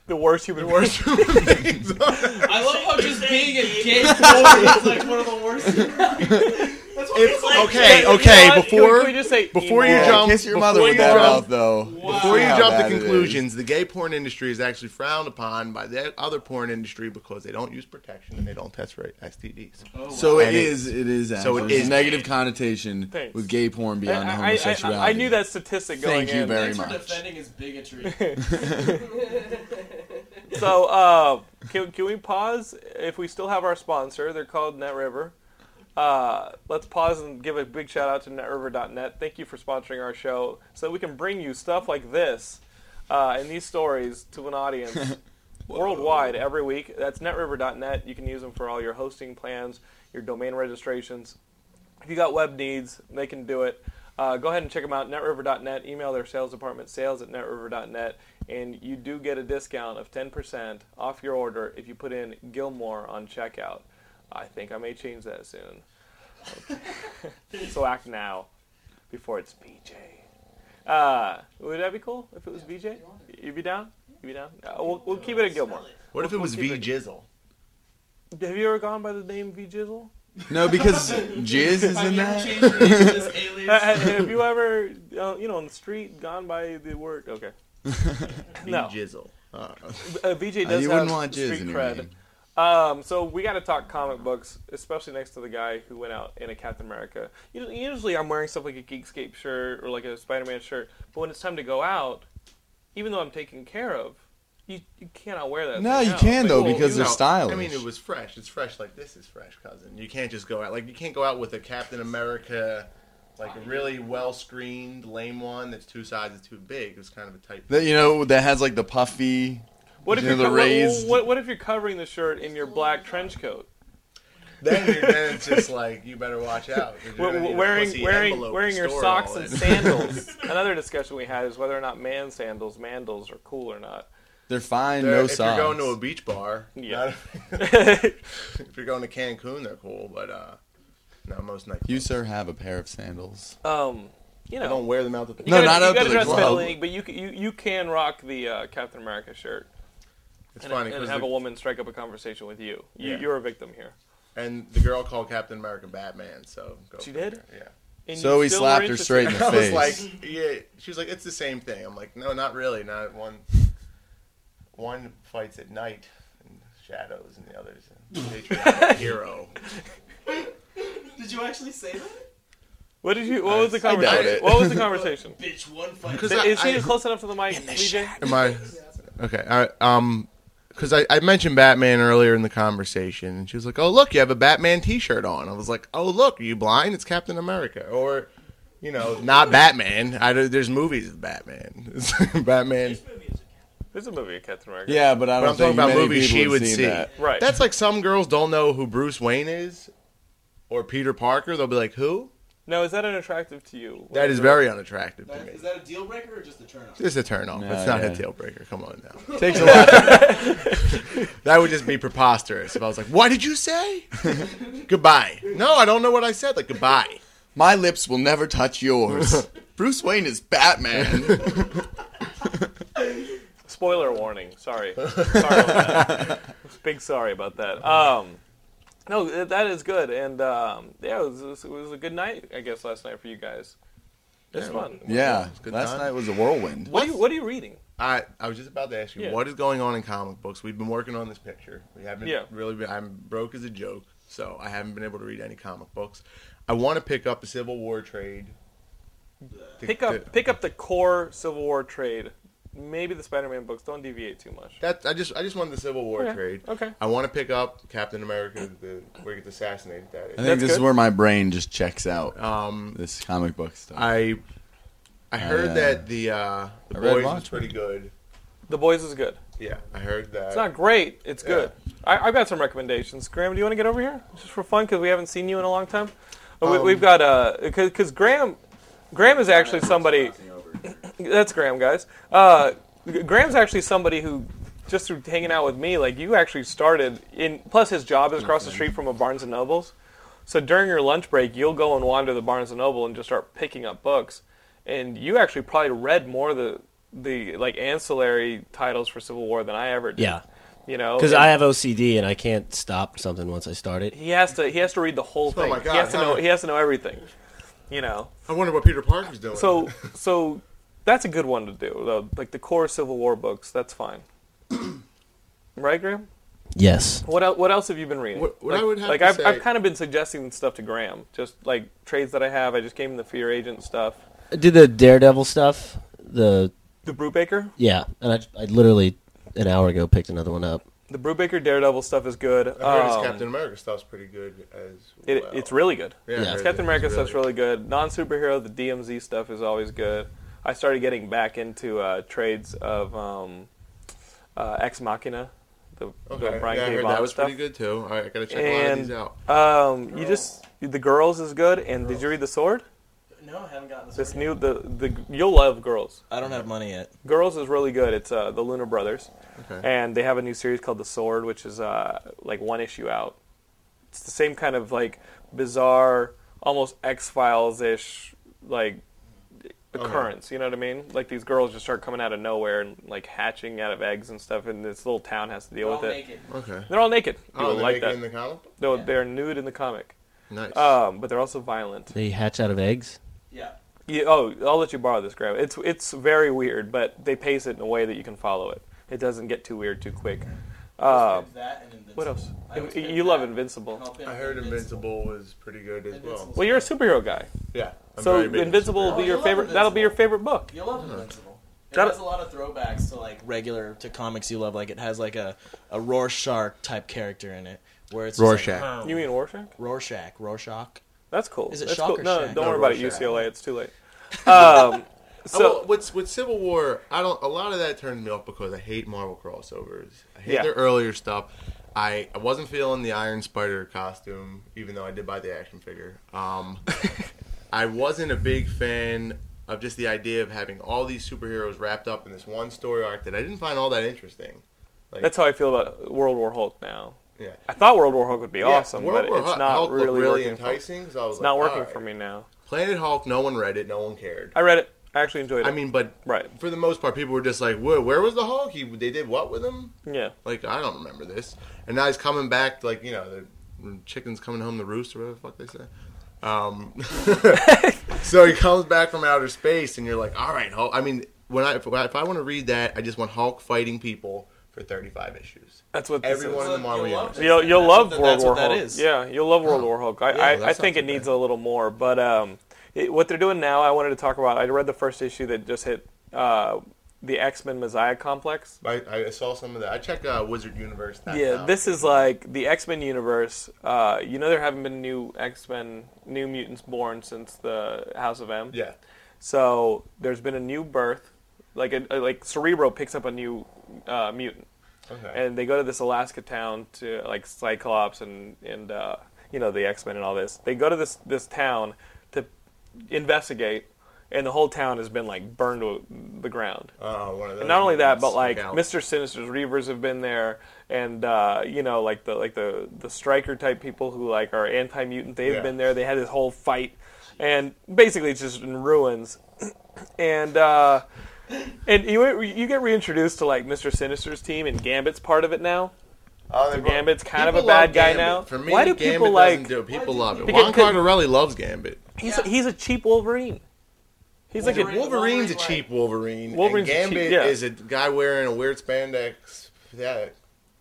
the worst human. the worst human beings. I love how Oh, just being a gay boy is like one of the worst. That's what it's like. okay, You know okay. what? Can we- Before can we just say before you emo? Yeah, jump- kiss your before mother with you that jump- mouth, though. Before See you how jump to bad it is. conclusions, the gay porn industry is actually frowned upon by the other porn industry because they don't use protection and they don't test for STDs. Oh. so it And it- is. It is. Actually. So it it is is. negative connotation Thanks. with gay porn I, beyond I, I, homosexuality. I knew that statistic going Thank you in. very Thanks for much. defending his bigotry. So, uh, can, can we pause? If we still have our sponsor, they're called NetRiver. Uh, let's pause and give a big shout out to netriver.net. Thank you for sponsoring our show so that we can bring you stuff like this uh, and these stories to an audience worldwide every week. That's netriver.net. You can use them for all your hosting plans, your domain registrations. If you got web needs, they can do it. Uh, go ahead and check them out, netriver.net. Email their sales department, sales at netriver.net. And you do get a discount of 10% off your order if you put in Gilmore on checkout. I think I may change that soon. so act now before it's BJ. Uh, would that be cool if it was BJ? You'd be down? You'd be down? Uh, we'll, we'll keep it at Gilmore. What if it was keep V it- Jizzle? Have you ever gone by the name V Jizzle? No, because jizz is in that. this alias. Uh, have you ever, uh, you know, on the street, gone by the word? Okay. V No. Jizzle. Uh, Uh, VJ Uh, does you have wouldn't want jizz street in your cred. name. Um, so we got to talk comic books, especially next to the guy who went out in a Captain America. Usually, usually I'm wearing stuff like a Geekscape shirt or like a Spider-Man shirt, but when it's time to go out, even though I'm taken care of, you, you cannot wear that. No, thing you out. can though Well, Oh, because you they're know, stylish. I mean, it was fresh. It's fresh like this is fresh, cousin. You can't just go out like you can't go out with a Captain America, like a really well screened lame one that's two sizes too big. It was kind of a tight. that you know that has like the puffy. What if You know, you're the co- what- raised- What, what if you're covering the shirt in your black trench coat, then, you're, then it's just like you better watch out. 'cause you're W- gonna need w- a wearing pussy wearing envelope to wearing your store it socks all and in. sandals? Another discussion we had is whether or not man sandals, mandals, are cool or not. They're fine. They're- no if socks. you're going to a beach bar, Yeah. not- if you're going to Cancun, they're cool, but uh, no, most nightclubs. you sir have a pair of sandals. Um, you know, I don't wear them out. The No, You not gotta- up you to gotta the dress middle club. league, but you, c- you you can rock the uh, Captain America shirt It's and, funny and because have a woman strike up a conversation with you. you Yeah. You're a victim here. and the girl called Captain America Batman, so go She figure. did? Yeah. And So you he still slapped were her straight in interested- the I was face. like, yeah. She was like, it's the same thing. I'm like, no, not really. Not one. One fights at night in shadows, and the others a patriotic hero. Did you actually say that? What did you? What was the I doubt conversation? it. What was the conversation? Bitch, one fight. Because Is she close enough to the mic, VJ? Am I? Okay. All right. Um, because I, I mentioned Batman earlier in the conversation, and she was like, "Oh, look, you have a Batman T-shirt on." I was like, "Oh, look, are you blind? It's Captain America." Or, you know, not Batman. I don't- there's movies of Batman. It's Batman. There's a movie of Captain America. Yeah, but I But don't I'm talking think about many movies people she have would seen see. that. Right. That's like some girls don't know who Bruce Wayne is, or Peter Parker. They'll be like, "Who?" Now is that unattractive to you? That is very unattractive to me. Is that a deal breaker or just a turnoff? It's a turn off. No, it's not yeah. a deal breaker. Come on now. Takes a lot. That would just be preposterous if I was like, "What did you say?" goodbye. No, I don't know what I said. Like goodbye. My lips will never touch yours. Bruce Wayne is Batman. Spoiler warning. Sorry. sorry about that. Big sorry about that. Um, No, th- that is good, and um, yeah, it was, it was- it was a good night, I guess, last night for you guys. It's Yeah. fun. Yeah, Good last time. night was a whirlwind. What are you What are you reading? I I was just about to ask you Yeah. what is going on in comic books. We've been working on this picture. We haven't Yeah. really been. I'm broke as a joke, so I haven't been able to read any comic books. I want to pick up the Civil War trade. To- Pick to- up Pick up the core Civil War trade. Maybe the Spider Man books. Don't deviate too much. That I just I just wanted the Civil War Okay, trade. okay. I want to pick up Captain America, the, where he gets assassinated. That I is. think That's this is good. where my brain just checks out Um, this comic book stuff. I I heard uh, that the uh, the I read boys was Watchmen. pretty good. The Boys is good. Yeah, I heard that. It's not great. It's Yeah. good. I, I've got some recommendations. Graham, do you want to get over here just for fun because we haven't seen you in a long time? Uh, we, we've got because Graham Graham is actually somebody. That's Graham, guys. Uh, G- Graham's actually somebody who just through hanging out with me, like you actually started in. Plus, his job is across the street from a Barnes and Nobles. So during your lunch break, you'll go and wander the Barnes and Noble and just start picking up books. And you actually probably read more of the the like ancillary titles for Civil War than I ever did. Yeah. You know, Because and I have OCD and I can't stop something once I start it. he has to he has to read the whole thing. Oh my God, he has to know Tyler. he has to know everything. You know. I wonder what Peter Parker's doing. So so that's a good one to do though. Like the core Civil War books, that's fine. right, Graham? Yes. What el- what else have you been reading? What- what like, I would have like to I've, I've say- kind of been suggesting stuff to Graham, just like trades that I have. I just gave him the Fear Agent stuff, I did the Daredevil stuff. The the Brewbaker. yeah, and I, I literally an hour ago picked another one up. The Brewbaker Daredevil stuff is good. I heard Um, his Captain America stuff's pretty good as it, well. It's really good. Yeah, I Yeah. heard Captain that. America It's stuff's really good. Non superhero, the DMZ stuff is always good. I started getting back into uh, trades of um, uh, Ex Machina, the, the Okay. Brian yeah, I K. heard Vaughan that was stuff. pretty good too. All right, I gotta check a lot of And these out. um, you just the girls is good. And did you read the sword? No, I haven't gotten This new the the you'll love girls. I don't have money yet. Girls is really good. It's uh, the Lunar Brothers, Okay. and they have a new series called The Sword, which is uh, like one issue out. It's the same kind of like bizarre, almost X Files ish like occurrence. You know what I mean? Like these girls just start coming out of nowhere and like hatching out of eggs and stuff, and this little town has to deal with it. Okay. They're all naked. You Oh, would they like like that? in the comic? book? No, they're nude in the comic, Nice. um, but they're also violent. They hatch out of eggs. Yeah, oh, I'll let you borrow this, Graham. It's it's very weird, but they pace it in a way that you can follow it. It doesn't get too weird too quick. Uh, what else? You love Invincible. I heard Invincible was pretty good as well. Well, you're a superhero guy, Yeah. I'm so very big Invincible will be superhero. your love favorite. That'll be your Invincible. favorite book. You'll Mm-hmm. love Invincible. It That- has a lot of throwbacks to like regular to comics you love. Like it has like a a Rorschach type character in it, where it's just, Rorschach. Like, You mean Rorschach? Rorschach, Rorschach. That's cool. Is it That's Shock cool. or No, Shack? don't No, worry about it. Rorschach. UCLA, it's too late. Um, oh, well, so with with Civil War, I don't. A lot of that turns me off because I hate Marvel crossovers. I hate Yeah. their earlier stuff. I, I wasn't feeling the Iron Spider costume, even though I did buy the action figure. Um, I wasn't a big fan of just the idea of having all these superheroes wrapped up in this one story arc that I didn't find all that interesting. Like, that's how I feel about World War Hulk now. yeah. I thought World War Hulk would be Yeah, awesome, World but War it's Hulk- not Hulk looked really, working For, enticing. So I was it's like, not all working right. for me now. Planet Hulk, no one read it, no one cared. I read it. I actually enjoyed it. I mean, but right? for the most part, people were just like, "Where, where was the Hulk? He, they did what with him? Yeah. Like, I don't remember this." And now he's coming back, like you know, the chicken's coming home the roost or whatever the fuck they say. Um, so he comes back from outer space, and you're like, "All right, Hulk." I mean, when I if, I- if I want to read that, I just want Hulk fighting people for 35 issues. That's what this is. Everyone in the Marvel universe. You'll, you'll love that- World that's War what that Hulk. is. Oh. Yeah, you'll love World War Hulk. I, Yeah, well, I, I that's think not it too needs bad. a little more, but um, it, what they're doing now, I wanted to talk about. I read the first issue that just hit uh, the X Men Messiah Complex. I, I saw some of that. I check uh, Wizard Universe. Yeah, this is like the X Men universe. Uh, you know, there haven't been new X Men, new mutants born since the House of M. Yeah. So there's been a new birth, like a, like Cerebro picks up a new uh, mutant. Okay. and they go to this Alaska town to like Cyclops and and uh, you know the X Men and all this. They go to this this town to investigate, and the whole town has been like burned to the ground. uh, one of those And not only that, ones. but like Out. Mister Sinister's Reavers have been there, and uh, you know like the like the the Striker type people who like are anti mutant. They've Yeah. been there. They had this whole fight, and basically it's just in ruins. and uh, and you you get reintroduced to like Mister Sinister's team, and Gambit's part of it now Oh, So Gambit's kind of a bad guy now. For me, Why do Gambit people doesn't like? do it. People love it. Because- Juan Cognorelli loves Gambit. He's a, he's a cheap Wolverine. He's like a Wolverine's, a cheap Wolverine's Wolverine. Wolverine's a cheap- Gambit yeah. is a guy wearing a weird spandex yeah,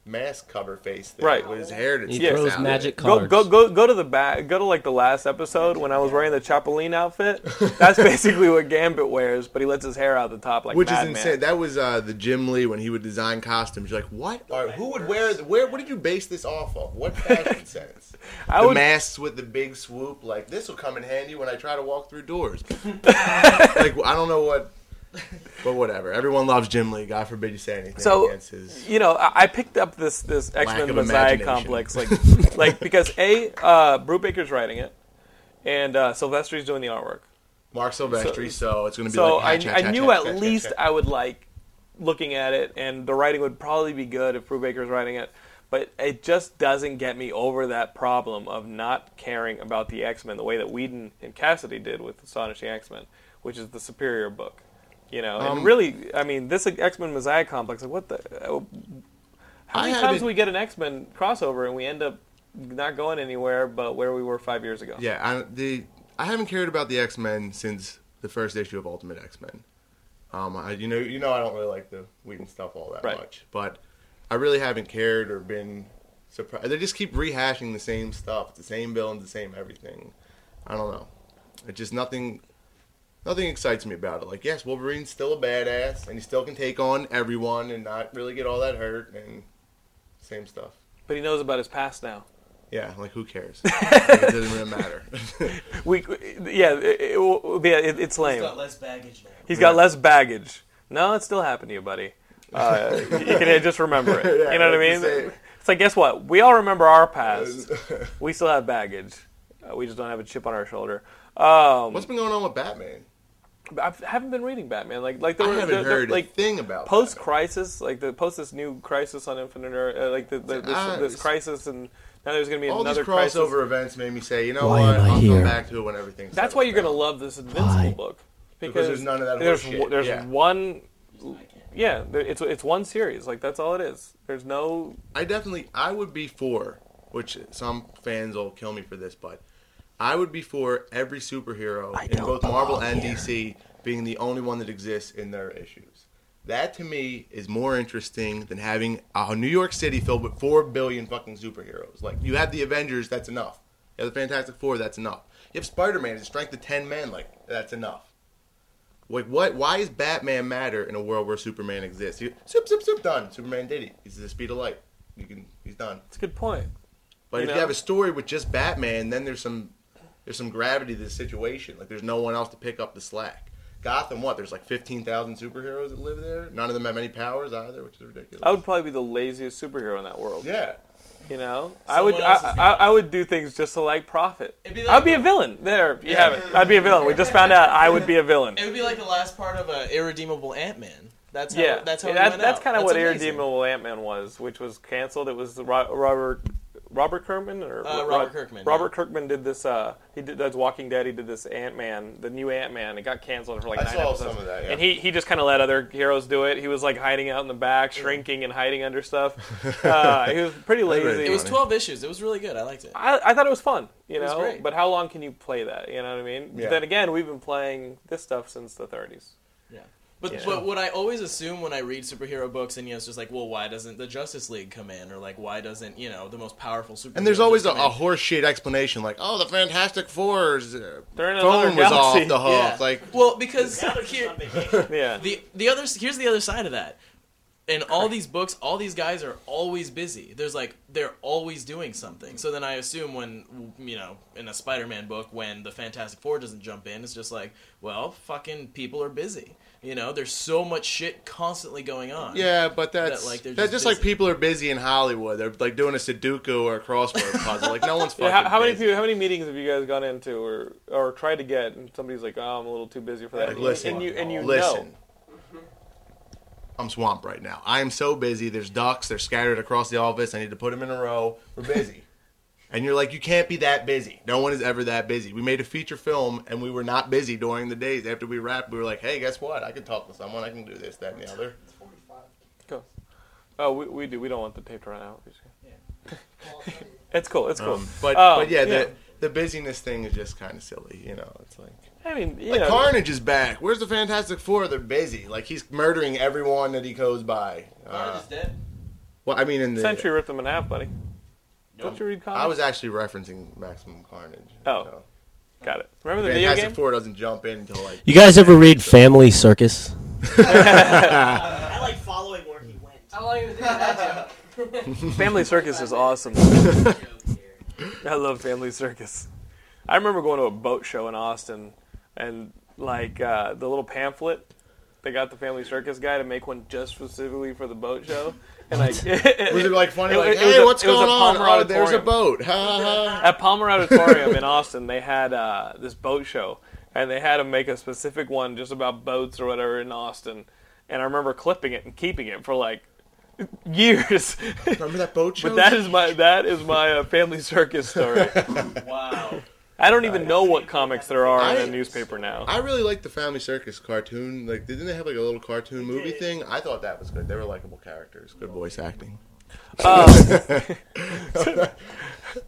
mask cover face thing Right. with his hair. That's Yeah. out. Go, go go go to the back. Go to like the last episode when I was wearing the Chapolin outfit. That's basically what Gambit wears, but he lets his hair out the top like Which is Madman. insane. That was uh, the Jim Lee when he would design costumes. You're like, what? Or who would wear? Where? What did you base this off of? What fashion sense? I the would- masks with the big swoop. Like this will come in handy when I try to walk through doors. like I don't know what, but whatever. Everyone loves Jim Lee. God forbid you say anything So, against his. you know, I I picked up this this X Men of Messiah imagination. complex, like like because a uh, Brew Baker's writing it, and uh, Silvestri's doing the artwork. Mark Silvestri, so it's gonna be So like, I, hatch, I hatch, hatch, knew hatch, at hatch, least hatch, I would like looking at it, and the writing would probably be good if Brew Baker's writing it. But it just doesn't get me over that problem of not caring about the X Men the way that Whedon and Cassidy did with Astonishing X Men, which is the superior book. You know, Um, and really, I mean, this X Men Messiah complex. Like, what the? uh, How I many had times it- do we get an X Men crossover and we end up not going anywhere but where we were five years ago? Yeah, I, the I haven't cared about the X Men since the first issue of Ultimate X Men. Um, I, you know, you know, I don't really like the Wheaton stuff all that Right. much, but I really haven't cared or been surprised. They just keep rehashing the same stuff, the same villains, the same everything. I don't know. It just nothing. Nothing excites me about it. Like, yes, Wolverine's still a badass, and he still can take on everyone and not really get all that hurt, and same stuff. But he knows about his past now. Yeah, like who cares? Like, it doesn't really matter. we, yeah, it, it, will- yeah, it, it's lame. got less baggage now. He's got less baggage. No, it still happened to you, buddy. Uh, you can just remember it. Yeah, you know what I mean? it's the same. It's like, guess what? We all remember our past. we still have baggage. Uh, we just don't have a chip on our shoulder. Um, What's been going on with Batman? I haven't been reading Batman. Like, like there I were- haven't there- there- heard a like thing about post crisis, like the post this new crisis on Infinite Earth, uh, like the, the, this, Ah, this it's- crisis, and now there's going to be All these another crossover crisis. events made me say, you know Why what? am I I'll here? come back to it when everything's. That's why you're going to love this Invincible book Because there's none of that There's horseshit, w- there's yeah. one. Yeah, there- it's it's one series. Like that's all it is. There's no. I definitely I would be for, which some fans will kill me for this, but I would be for every superhero in both Marvel and DC being the only one that exists in their issues. That to me is more interesting than having a New York City filled with four billion fucking superheroes. Like you have the Avengers, that's enough. You have the Fantastic Four, that's enough. You have Spider Man, his strength of ten men, like that's enough. Like what? Why does Batman matter in a world where Superman exists? You, soup, soup, soup, done. Superman did it. He's the speed of light. You can. He's done. It's a good point. But You if know? you have a story with just Batman, then there's some there's some gravity to the situation. Like there's no one else to pick up the slack. Gotham, what? There's like fifteen thousand superheroes that live there. None of them have any powers either, which is ridiculous. I would probably be the laziest superhero in that world. yeah. You know, I would Someone else I, is- I, I would do things just to like profit. It'd be like- I'd be a villain. There, you have it. I'd be a villain. We just found out I would be a villain. It would be like the last part of a irredeemable Ant Man. That's how, yeah, That's how. That- he went that's out. kind of what amazing. Irredeemable Ant Man was, which was canceled. It was Ro- Robert Robert Kirkman or Uh, Ro- Robert Kirkman, Robert Kirkman did this. Uh, he did that's Walking Dead. He did this Ant Man, the new Ant Man. It got canceled for like I nine saw episodes. some of that, yeah. And he he just kind of let other heroes do it. He was like hiding out in the back, Mm. shrinking and hiding under stuff. Uh, he was pretty That'd be lazy. It was twelve issues. It was really good. I liked it. I, I thought it was fun, you It was know. great. But how long can you play that? You know what I mean. But Yeah. Then again, we've been playing this stuff since the 30s. But Yeah. but what I always assume when I read superhero books and you know it's just like well why doesn't the Justice League come in or like why doesn't you know the most powerful superhero And there's always a, just a come in? horseshit explanation, like, "Oh, the Fantastic Four's uh, They're in another phone was galaxy. off the hook." Yeah. Oh, Like, well because Now they're just here on vacation. Yeah. the the other here's the other side of that. In all these books, all these guys are always busy. There's like they're always doing something. So then I assume when you know in a Spider-Man book when the Fantastic Four doesn't jump in, it's just like, well, fucking people are busy. You know, there's so much shit constantly going on. Yeah, but that's like, they're that's just just, like busy. people are busy in Hollywood. They're like doing a Sudoku or a crossword puzzle. Like no one's fucking. Yeah, how, how many busy. people, how many meetings have you guys gone into or or tried to get, and somebody's like, "Oh, I'm a little too busy for that." Like, and, listen, and you and you listen. Mm-hmm. know, I'm swamped right now. I am so busy. There's ducks. They're scattered across the office. I need to put them in a row. We're busy. and you're like, you can't be that busy. No one is ever that busy. We made a feature film and we were not busy during the days after we wrapped. We were like, hey, guess what? I can talk to someone. I can do this, that, and the other. Go. Oh, we, we do. We don't want the tape to run out. it's cool. It's cool. Um, but Um, but yeah, the the busyness thing is just kind of silly. You know, it's like I mean, you like, know, Carnage is back. Where's the Fantastic Four? They're busy. Like he's murdering everyone that he goes by. Uh, dead. well, I mean, in the Century ripped them in half, buddy. Don't you read comics? I was actually referencing Maximum Carnage. Oh, got it. Remember the video Fantastic game? Four doesn't jump in until like You guys ever read Family Circus? I like following where he went. How long you been thinking that joke? Family Circus is awesome. I love Family Circus. I remember going to a boat show in Austin, and like uh, the little pamphlet, they got the Family Circus guy to make one just specifically for the boat show. And like, was it like funny? it like, was- it was hey, a- what's it was a going on? Palmer Oh, there's a Auditorium. boat. Ha, ha. at Palmer Auditorium in Austin, they had uh, this boat show, and they had them make a specific one just about boats or whatever in Austin. And I remember clipping it and keeping it for like years. Remember that boat show? but that is my that is my uh, family circus story. Wow. I don't even know what comics there are in I- a newspaper now. I really liked the Family Circus cartoon. Like, didn't they have like a little cartoon movie thing? I thought that was good. They were likable characters. Good voice acting.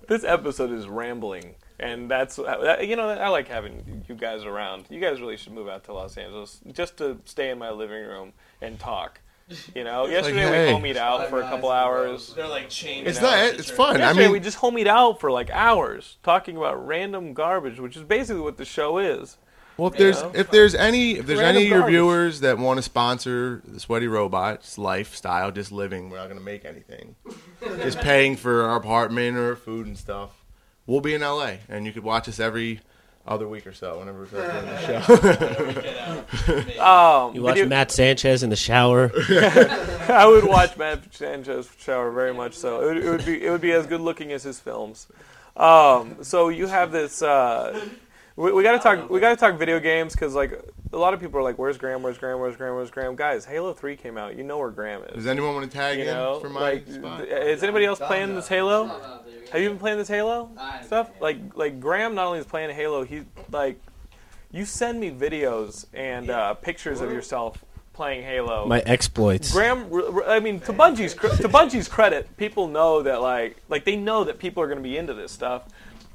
This episode is rambling, and that's uh, that- you know I like having you guys around. You guys really should move out to Los Angeles just to stay in my living room and talk. You know, yesterday hey. we homied out for a couple hours. They're like chained. It's out not. to It's church. fun. I Yesterday we mean, just homied out for like hours talking about random garbage, which is basically what the show is. well, if there's know. if there's any if there's Random any of your garbage. viewers that want to sponsor the Sweaty Robots lifestyle, just living, we're not gonna make anything. just paying for our apartment or food and stuff. We'll be in LA, and you could watch us every other week or so whenever we feel like doing the show. Um, You watch video- Matt Sanchez in the shower. I would watch Matt Sanchez shower very much so. It would, it would be it would be as good looking as his films. Um, so you have this. Uh, we, we gotta talk. We gotta talk video games because like a lot of people are like, "Where's Graham? Where's Graham? Where's Graham? Where's Graham?" Guys, Halo Three came out. You know where Graham is. Does anyone want to tag you in know, for my like, spot? th- eh, is anybody else playing this Halo? Stop out there, Have you been playing this Halo I- stuff? Like, like Graham not only is playing Halo, he like, you send me videos and uh, pictures of yourself playing Halo. My exploits. Graham, re- re- I mean, to Bungie's cre- to Bungie's credit, people know that like like they know that people are going to be into this stuff,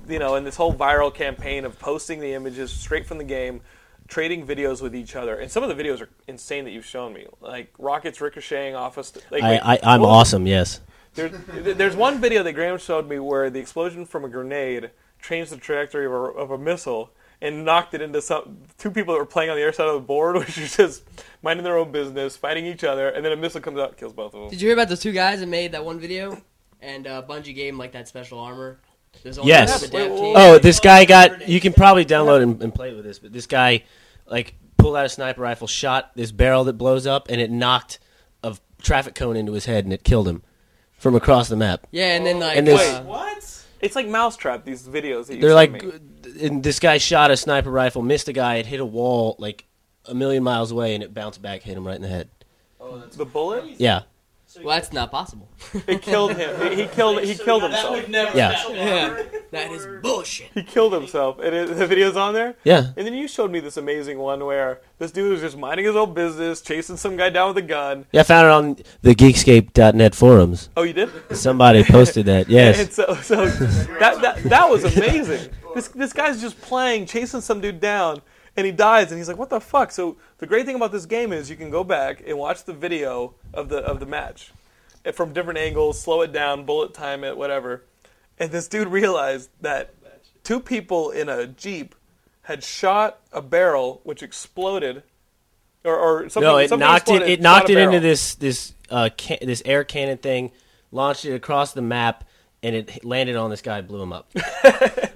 you know, and this whole viral campaign of posting the images straight from the game, trading videos with each other, and some of the videos are insane that you've shown me, like rockets ricocheting off us. St- like, I, like, I, I'm what- awesome, yes. There, there's one video that Graham showed me where the explosion from a grenade changed the trajectory of a, of a missile and knocked it into some two people that were playing on the other side of the board, which is just minding their own business, fighting each other, and then a missile comes out and kills both of them. Did you hear about those two guys that made that one video? And uh, Bungie gave him like that special armor. There's only Yes. the dev Wait, team. Oh, this guy got. You can probably download and, and play with this, but this guy, like, pulled out a sniper rifle, shot this barrel that blows up, and it knocked a traffic cone into his head, and it killed him from across the map. Yeah, and then like And this- uh, What? It's like Mousetrap. These videos that you They're sent like, me. and this guy shot a sniper rifle, missed a guy, it hit a wall like a million miles away, and it bounced back, hit him right in the head. the bullet. Yeah, well, that's not possible. It killed him. He- He killed. He killed himself. never. Yeah. yeah, that is bullshit. He killed himself. And it, the video's on there. yeah. And then you showed me this amazing one where this dude was just minding his own business, chasing some guy down with a gun. Yeah, I found it on the Geekscape.net forums. Oh, you did? Somebody posted that. Yes. And so, so that, that that was amazing. This this guy's just playing, chasing some dude down, and he dies, and he's like, "What the fuck?" So the great thing about this game is you can go back and watch the video of the of the match and from different angles, slow it down, bullet time it, whatever. And this dude realized that two people in a jeep had shot a barrel, which exploded, or, or something. no, it something knocked it. exploded, It shot knocked a it into barrel. this this uh can, this air cannon thing, launched it across the map, and it hit- landed on this guy, blew him up.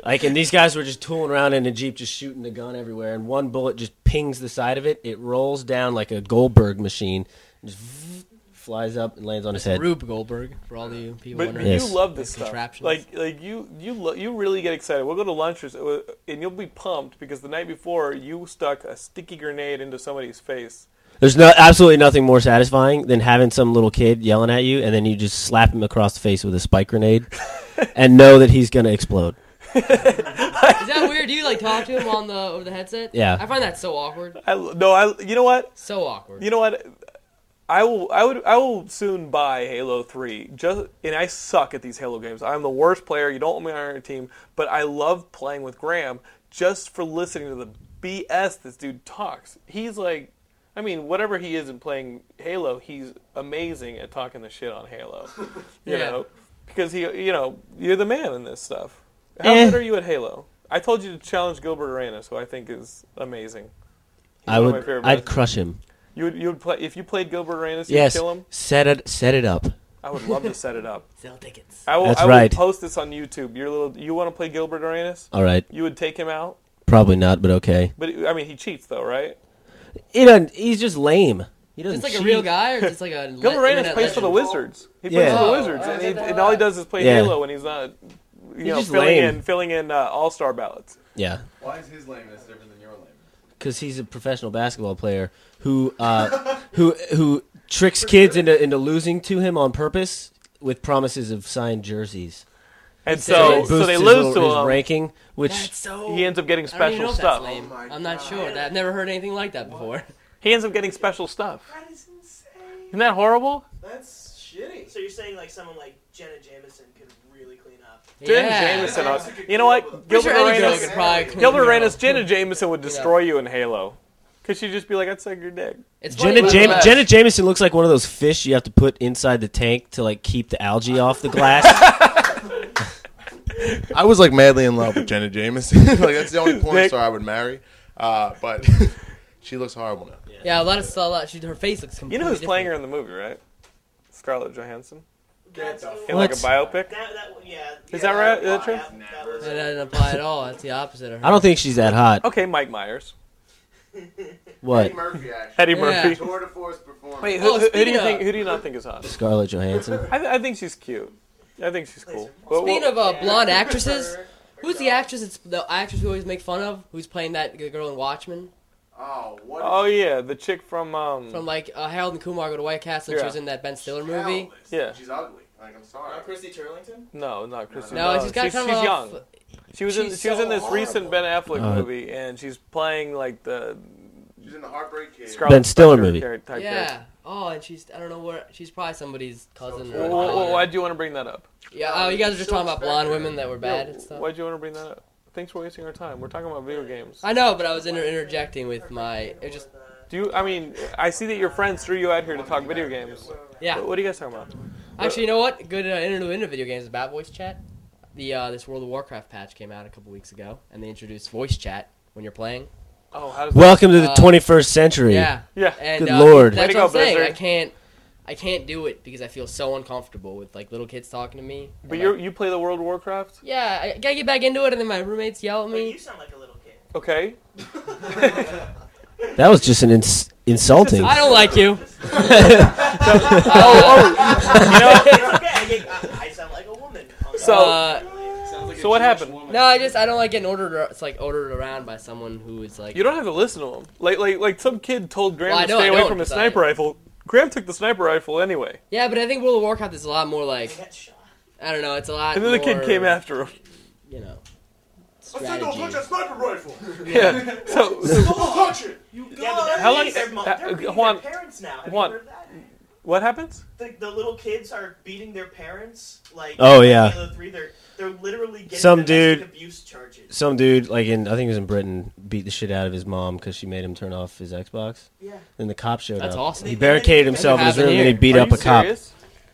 like, and these guys were just tooling around in a jeep, just shooting the gun everywhere, and one bullet just pings the side of it. It rolls down like a Goldberg machine, and just flies up and lands on his head. Rube Goldberg for all the people But wondering. Yes. you love this stuff. Contraptions. Like like you you lo- you really get excited. We'll go to lunch or so- and you'll be pumped because the night before you stuck a sticky grenade into somebody's face. There's no absolutely nothing more satisfying than having some little kid yelling at you, and then you just slap him across the face with a spike grenade, and know that he's gonna explode. Is that weird? Do you like talk to him on the over the headset? Yeah. I find that so awkward. I no I you know what So awkward. you know what I will I would I will soon buy Halo 3. Just and I suck at these Halo games. I'm the worst player. You don't want me on your team, but I love playing with Graham just for listening to the BS this dude talks. He's like I mean, whatever he is in playing Halo, he's amazing at talking the shit on Halo. Yeah. You know, because he you know, you're the man in this stuff. How Eh. good are you at Halo? I told you to challenge Gilbert Arenas, who I think is amazing. He's I one of my would. favorite I'd wrestlers. crush him. You would, you would play if you played Gilbert Arenas. You'd Yes. kill him. Set it. Set it up. I would love to set it up. Sell tickets. I will. That's I will right. post this on YouTube. Your little. You want to play Gilbert Arenas? All right. You would take him out, Probably not, but okay. but I mean, he cheats though, right? He doesn't. He's just lame. He doesn't. It's like a cheat. real guy, or just like a le- Gilbert Arenas internet plays for the legend? Wizards. He Yeah. plays for the Oh, Wizards, I and, didn't he, know and all he does is play Yeah. Halo, and he's not. You know, just filling lame. in filling in uh, All Star ballots. Yeah, Why is his lameness different than your lameness? because he's a professional basketball player who uh, who who tricks kids into into losing to him on purpose with promises of signed jerseys. And it so, boosts so they his lose little- his to him. ranking, which That's so. He ends up getting I don't even special know if stuff. That's lame. my I'm not God. sure. That, I've never heard anything like that before. He ends up getting special stuff. That is insane. Isn't that horrible? That's shitty. So you're saying like someone like Jenna Jameson could really clean up? Jen yeah. Jameson. You know what? Pretty Gilbert sure any girl Arenas. could probably clean Gilbert it up. Arenas, Jenna Jameson would destroy you in Halo. Because she'd just be like, I'd suck your dick. It's funny Jenna, about Jam- that. Jenna Jameson looks like one of those fish you have to put inside the tank to like keep the algae off the glass. I was like madly in love with Jenna Jameson. like that's the only porn Nick. star I would marry. Uh, but she looks horrible now. Yeah, a lot of a lot. She, her face looks You completely. know who's different. playing her in the movie, right? Scarlett Johansson. That's In What? like a biopic. That, that, yeah, Is that yeah, right? Is that was- true? that was- That doesn't apply at all. That's the opposite of her. I don't think she's that hot. Okay, Mike Myers. What? Murphy actually. Eddie Yeah. Murphy. Tour de force performance. Wait, who, who, who Oh, do speaking you of- think? Who do you not think is hot? Scarlett Johansson. I, th- I think she's cute. I think she's cool. But Speaking what- of uh, blonde actresses, who's the actress? It's the actress we always make fun of, who's playing that g- girl in Watchmen. Oh, what? oh yeah, the chick from um. From like uh, Harold and Kumar Go to White Castle. and She Yeah. was in that Ben Stiller movie. Yeah. She's ugly. Like I'm sorry. Christy Turlington? no, not Kristen. No, Bell. she's got she's, kind she's of young. a f- She was in. she's She was in so this recent Ben Affleck Uh, movie, and she's playing like the She's in the Heartbreak Kid. Scarlett Ben Stiller Spectre movie. character- type character. yeah. Oh, and she's I don't know where she's probably somebody's cousin. Wh- or wh- wh- Why'd you want to bring that up? Yeah. Oh, you guys are just talking about blonde women that were bad and stuff. Why'd you want to bring that up? Thanks for wasting our time. We're talking about video games. I know, but I was inter- interjecting with my. It just Do you? I mean, I see that your friends threw you out here to talk video games. yeah. What, what are you guys talking about? Actually, you know what? Good uh, interlude into video games. About voice chat. The uh, this World of Warcraft patch came out a couple weeks ago, and they introduced voice chat when you're playing. Oh, how does Welcome to the Uh, 21st century. Yeah. Yeah. And, Good uh, lord. Way That's to what go, I'm saying. Blizzard. I can't. I can't do it because I feel so uncomfortable with like little kids talking to me. and, But like, you you play the World of Warcraft? Yeah, I gotta get back into it, and then my roommates yell at But you me. sound like a little kid. Okay. That was just an ins- insulting. I don't like you. Oh, it's okay. I, get, I, I sound like a woman. So- Uh, So what happened? no, I just I don't like getting ordered. It's like ordered around by someone who is like. You don't have to listen to him. Like like like some kid told Graham Well, I to know stay I away don't, from a but I- sniper rifle. Graham took the sniper rifle anyway, Yeah, but I think World of Warcraft is a lot more like Get shot. I don't know. It's a lot. and then the kid more, came after him. You know. I said, Strategy. "Don't touch that sniper rifle. Yeah. So, so Don't touch it. Yeah, but they're How long- beating Their, mo- uh, they're beating Juan- their parents now. Have Juan. you heard that? what happens? The, the little kids are beating their parents. Like Oh, in yeah. Halo 3, they're they're literally getting Some domestic dude- abuse charges. Some dude, like in, I think it was in Britain, beat the shit out of his mom because she made him turn off his Xbox. Yeah, Then the cop showed That's up. awesome. He barricaded himself in his room Happened and he here. beat Are up you a cop. serious?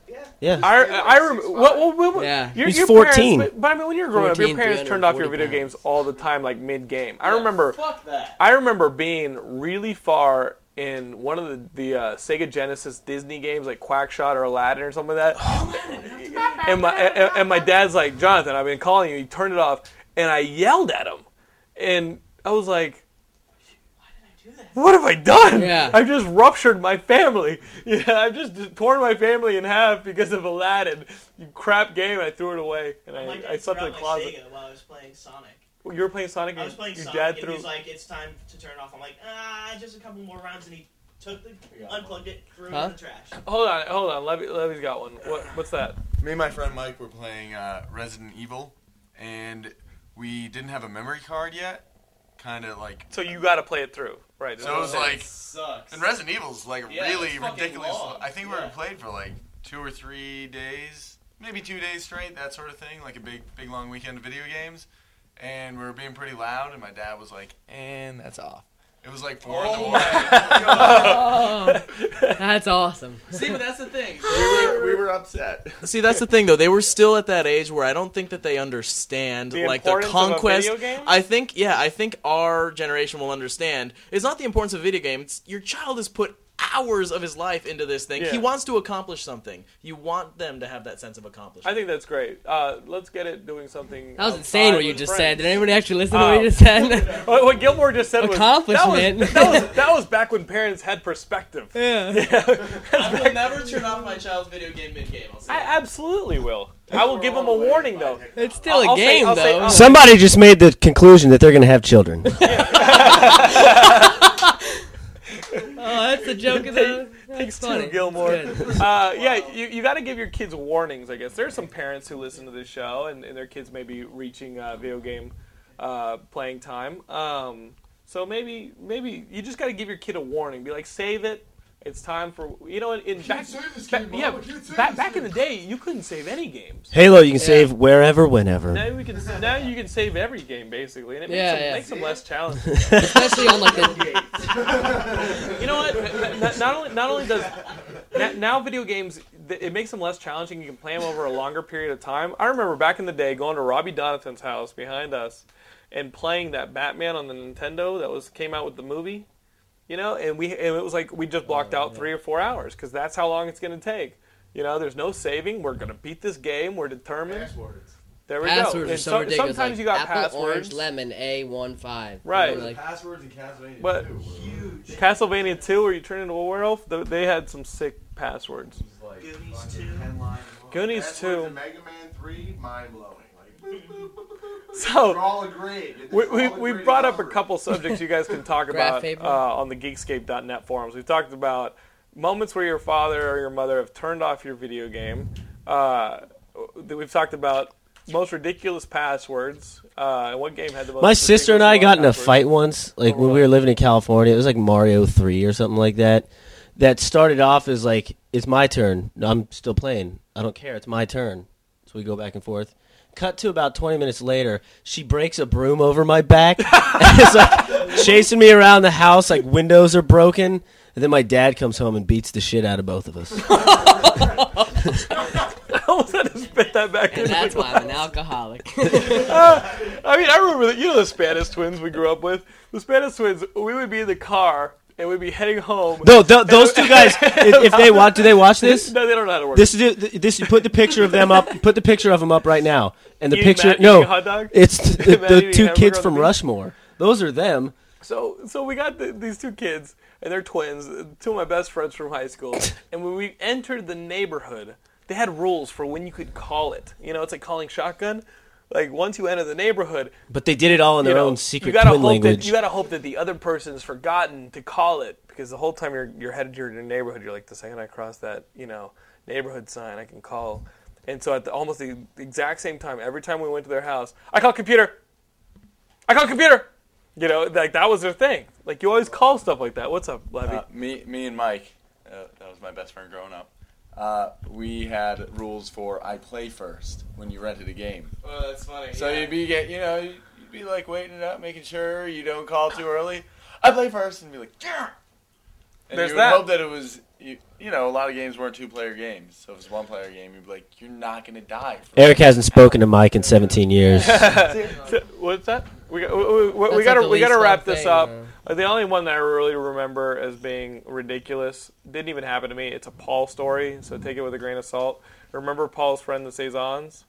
yeah. Yeah. I I remember. What, what, what, what- Yeah. your, He's your 14. Parents, but, but I mean, when you were growing up, your 14, parents turned off your 340 video pounds. games all the time, like mid game. I remember. Fuck that. I remember being really far in one of the, the uh, Sega Genesis Disney games, like Quackshot or Aladdin or something like that. Oh and my and, and my dad's like, Jonathan, I've been calling you. He turned it off, and I yelled at him, and I was like, What have I done? Yeah. I've just ruptured my family. Yeah, I've just torn my family in half because of Aladdin. You crap game. I threw it away, and Oh My I, dad I slept in the threw out my closet. Sega while I was playing Sonic. You were playing Sonic, I and was playing your Sonic, dad and threw. he was like, "It's time to turn off." I'm like, "Ah, just a couple more rounds," and he took the unplugged it, threw it Huh? in the trash. Hold on, hold on. Levy, Levy's got one. What, what's that? Me and my friend Mike were playing uh, Resident Evil, and we didn't have a memory card yet kind of like. So you got to play it through, right? So it was like, sucks. and Resident Evil's like Yeah, really it's fucking ridiculous. long. I think Yeah. we played for like two or three days, maybe two days straight, that sort of thing, like a big, big long weekend of video games, and we were being pretty loud, and my dad was like, "And that's off." It was like four in the morning. That's awesome. See, but that's the thing. we, were, we were upset. See, that's the thing, though. They were still at that age where I don't think that they understand The like the importance of a conquest. video game? I think, yeah, I think our generation will understand. It's not the importance of a video game. It's your child has put hours of his life into this thing. He Yeah. wants to accomplish something. You want them to have that sense of accomplishment. I think that's great. Uh, let's get it doing something. That was insane what outside you with just friends. said. Did anybody actually listen to what Oh. you just said? what, what Gilmore just said was That Accomplishment. was, that was that was back when parents had perspective. Yeah. I will never turn off my child's video game mid game. I absolutely will. I will give them a warning though. It's still a I'll say- game I'll say- though. I'll- Somebody just made the conclusion that they're going to have children. Oh, that's the joke of the. Thanks funny. too, Gilmore. It's good. Uh, yeah, you, you got to give your kids warnings. I guess there are some parents who listen to this show, and, and their kids may be reaching uh, video game uh, playing time. Um, so maybe maybe you just got to give your kid a warning. Be like, save it. It's time for you know. In, in back, back- yeah, back, back in the day, you couldn't save any games. Halo, you can save wherever, whenever. Now we can now you can save every game basically, and it makes Yeah, them, yeah. makes them less challenging. Especially on like the. you know what? N- n- Not only not only does n- now video games th- it makes them less challenging. You can play them over a longer period of time. I remember back in the day going to Robbie Donovan's house behind us and playing that Batman on the Nintendo that was came out with the movie. You know, and we and it was like we just blocked out three or four hours because that's how long it's going to take. You know, there's no saving. We're going to beat this game. We're determined. Passwords. There we Passwords go. are And so, so- ridiculous. sometimes like you got apple, passwords. orange, lemon, A one five. Right. Like, Passwords in Castlevania. But Castlevania 2, where you turn into a werewolf, th- they had some sick passwords. Goonies two. Goonies two. Mega Man three, mind blowing. Like, So- we're all agreed. Oh. It's We, all we, agreed we brought up a numbers. couple subjects you guys can talk Graph about paper. uh, on the Geekscape.net forums. We've talked about moments where your father or your mother have turned off your video game. Uh, we've talked about most ridiculous passwords. Uh, and what game had the most? My sister and I got in a ridiculous fight once, like when we were living in California. It was like Mario 3 or something like that. That started off as like, it's my turn. I'm still playing. I don't care. It's my turn. So we go back and forth. Cut to about 20 minutes later, she breaks a broom over my back. it's like chasing me around the house, like windows are broken. And then my dad comes home and beats the shit out of both of us. I almost had to spit that back And into that's the why I'm an alcoholic. Uh, I mean, I remember that. You know the Spanish twins we grew up with. The Spanish twins. We would be in the car and we'd be heading home. No, th- those two guys. If, if they watch, do they watch this? No, they don't know how to work. This is th- this. You put the picture of them up. you Put the picture of them up right now, and the Eating picture. Matt no, eating a hot dog? it's the, Matt the eating a two hamburger kids on the from beach? Rushmore. Those are them. So, so we got the, these two kids, and they're twins, two of my best friends from high school. And when we entered the neighborhood, they had rules for when you could call it. You know, it's like calling shotgun. Like once you enter the neighborhood, But they did it all in you their know, own secret you gotta twin hope language. That, you gotta hope that the other person's forgotten to call it because the whole time you're you're headed to your neighborhood, you're like, the second I cross that, you know, neighborhood sign, I can call. And so at the, almost the exact same time, every time we went to their house, I call computer. I call computer. You know, like that was their thing. Like you always call stuff like that. What's up, Levy? Uh, me, me and Mike, uh, that was my best friend growing up. Uh, we had rules for I play first when you rented a game. Oh, that's funny. So you'd be get, you know, you'd be like waiting it up, making sure you don't call too early. I play first, and be like, yeah. And There's you would that. hope that it was, you, you know, a lot of games weren't two-player games. So if it's one-player game, you'd be like, you're not gonna die. Eric hasn't spoken to Mike in 17 years. So- What's that? We got we, we, we That's gotta like the we gotta least wrap fun this thing, up. man. Uh, The only one that I really remember as being ridiculous didn't even happen to me. It's a Paul story, so take it with a grain of salt. Remember Paul's friend, the Saisons?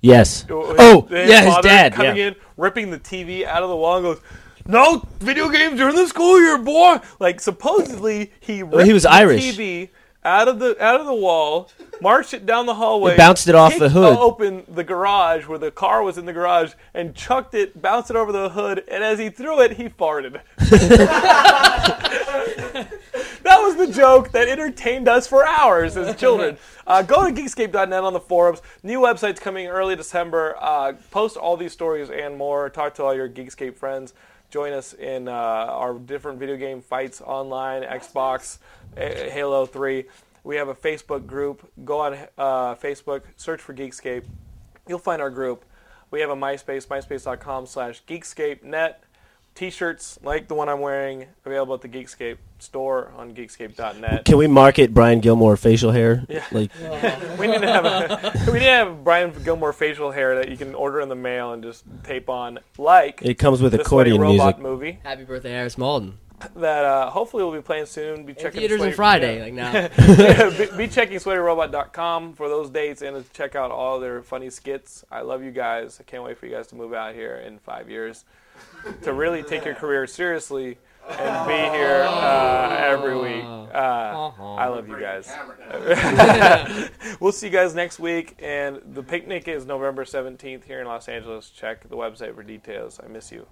Yes. His- Oh, his yeah, his father dad. coming Yeah. in, ripping the TV out of the wall, and goes, "No video games during the school year, boy!" Like supposedly he ripped Well, he was the Irish. TV out of the out of the wall, marched it down the hallway, It bounced it off the kicked hood. open the garage where the car was in the garage, and chucked it, bounced it over the hood, and as he threw it, he farted. that was the joke that entertained us for hours as children. Uh, go to geekscape.net on the forums. New website's coming early December. Uh, post all these stories and more. Talk to all your Geekscape friends. Join us in uh, our different video game fights online, Xbox, A- Halo 3. We have a Facebook group. Go on uh, Facebook, search for Geekscape. You'll find our group. We have a MySpace, myspace.com slash geekscape.net. T-shirts like the one I'm wearing available at the Geekscape store on geekscape.net. Can we market Brian Gilmore facial hair? Yeah. Like, we need to have a, we need to have Brian Gilmore facial hair that you can order in the mail and just tape on. Like It comes with the accordion Sweaty Robot music. movie Happy birthday, Harris Malden. that uh, hopefully we'll be playing soon. Be checking theaters on Sweaty- Friday, yeah. like now. Yeah, be, be checking sweatyrobot.com for those dates and to check out all their funny skits. I love you guys. I can't wait for you guys to move out here in five years to really take your career seriously and be here uh, every week. Uh, I love you guys. we'll see you guys next week. And the picnic is November 17th here in Los Angeles. Check the website for details. I miss you.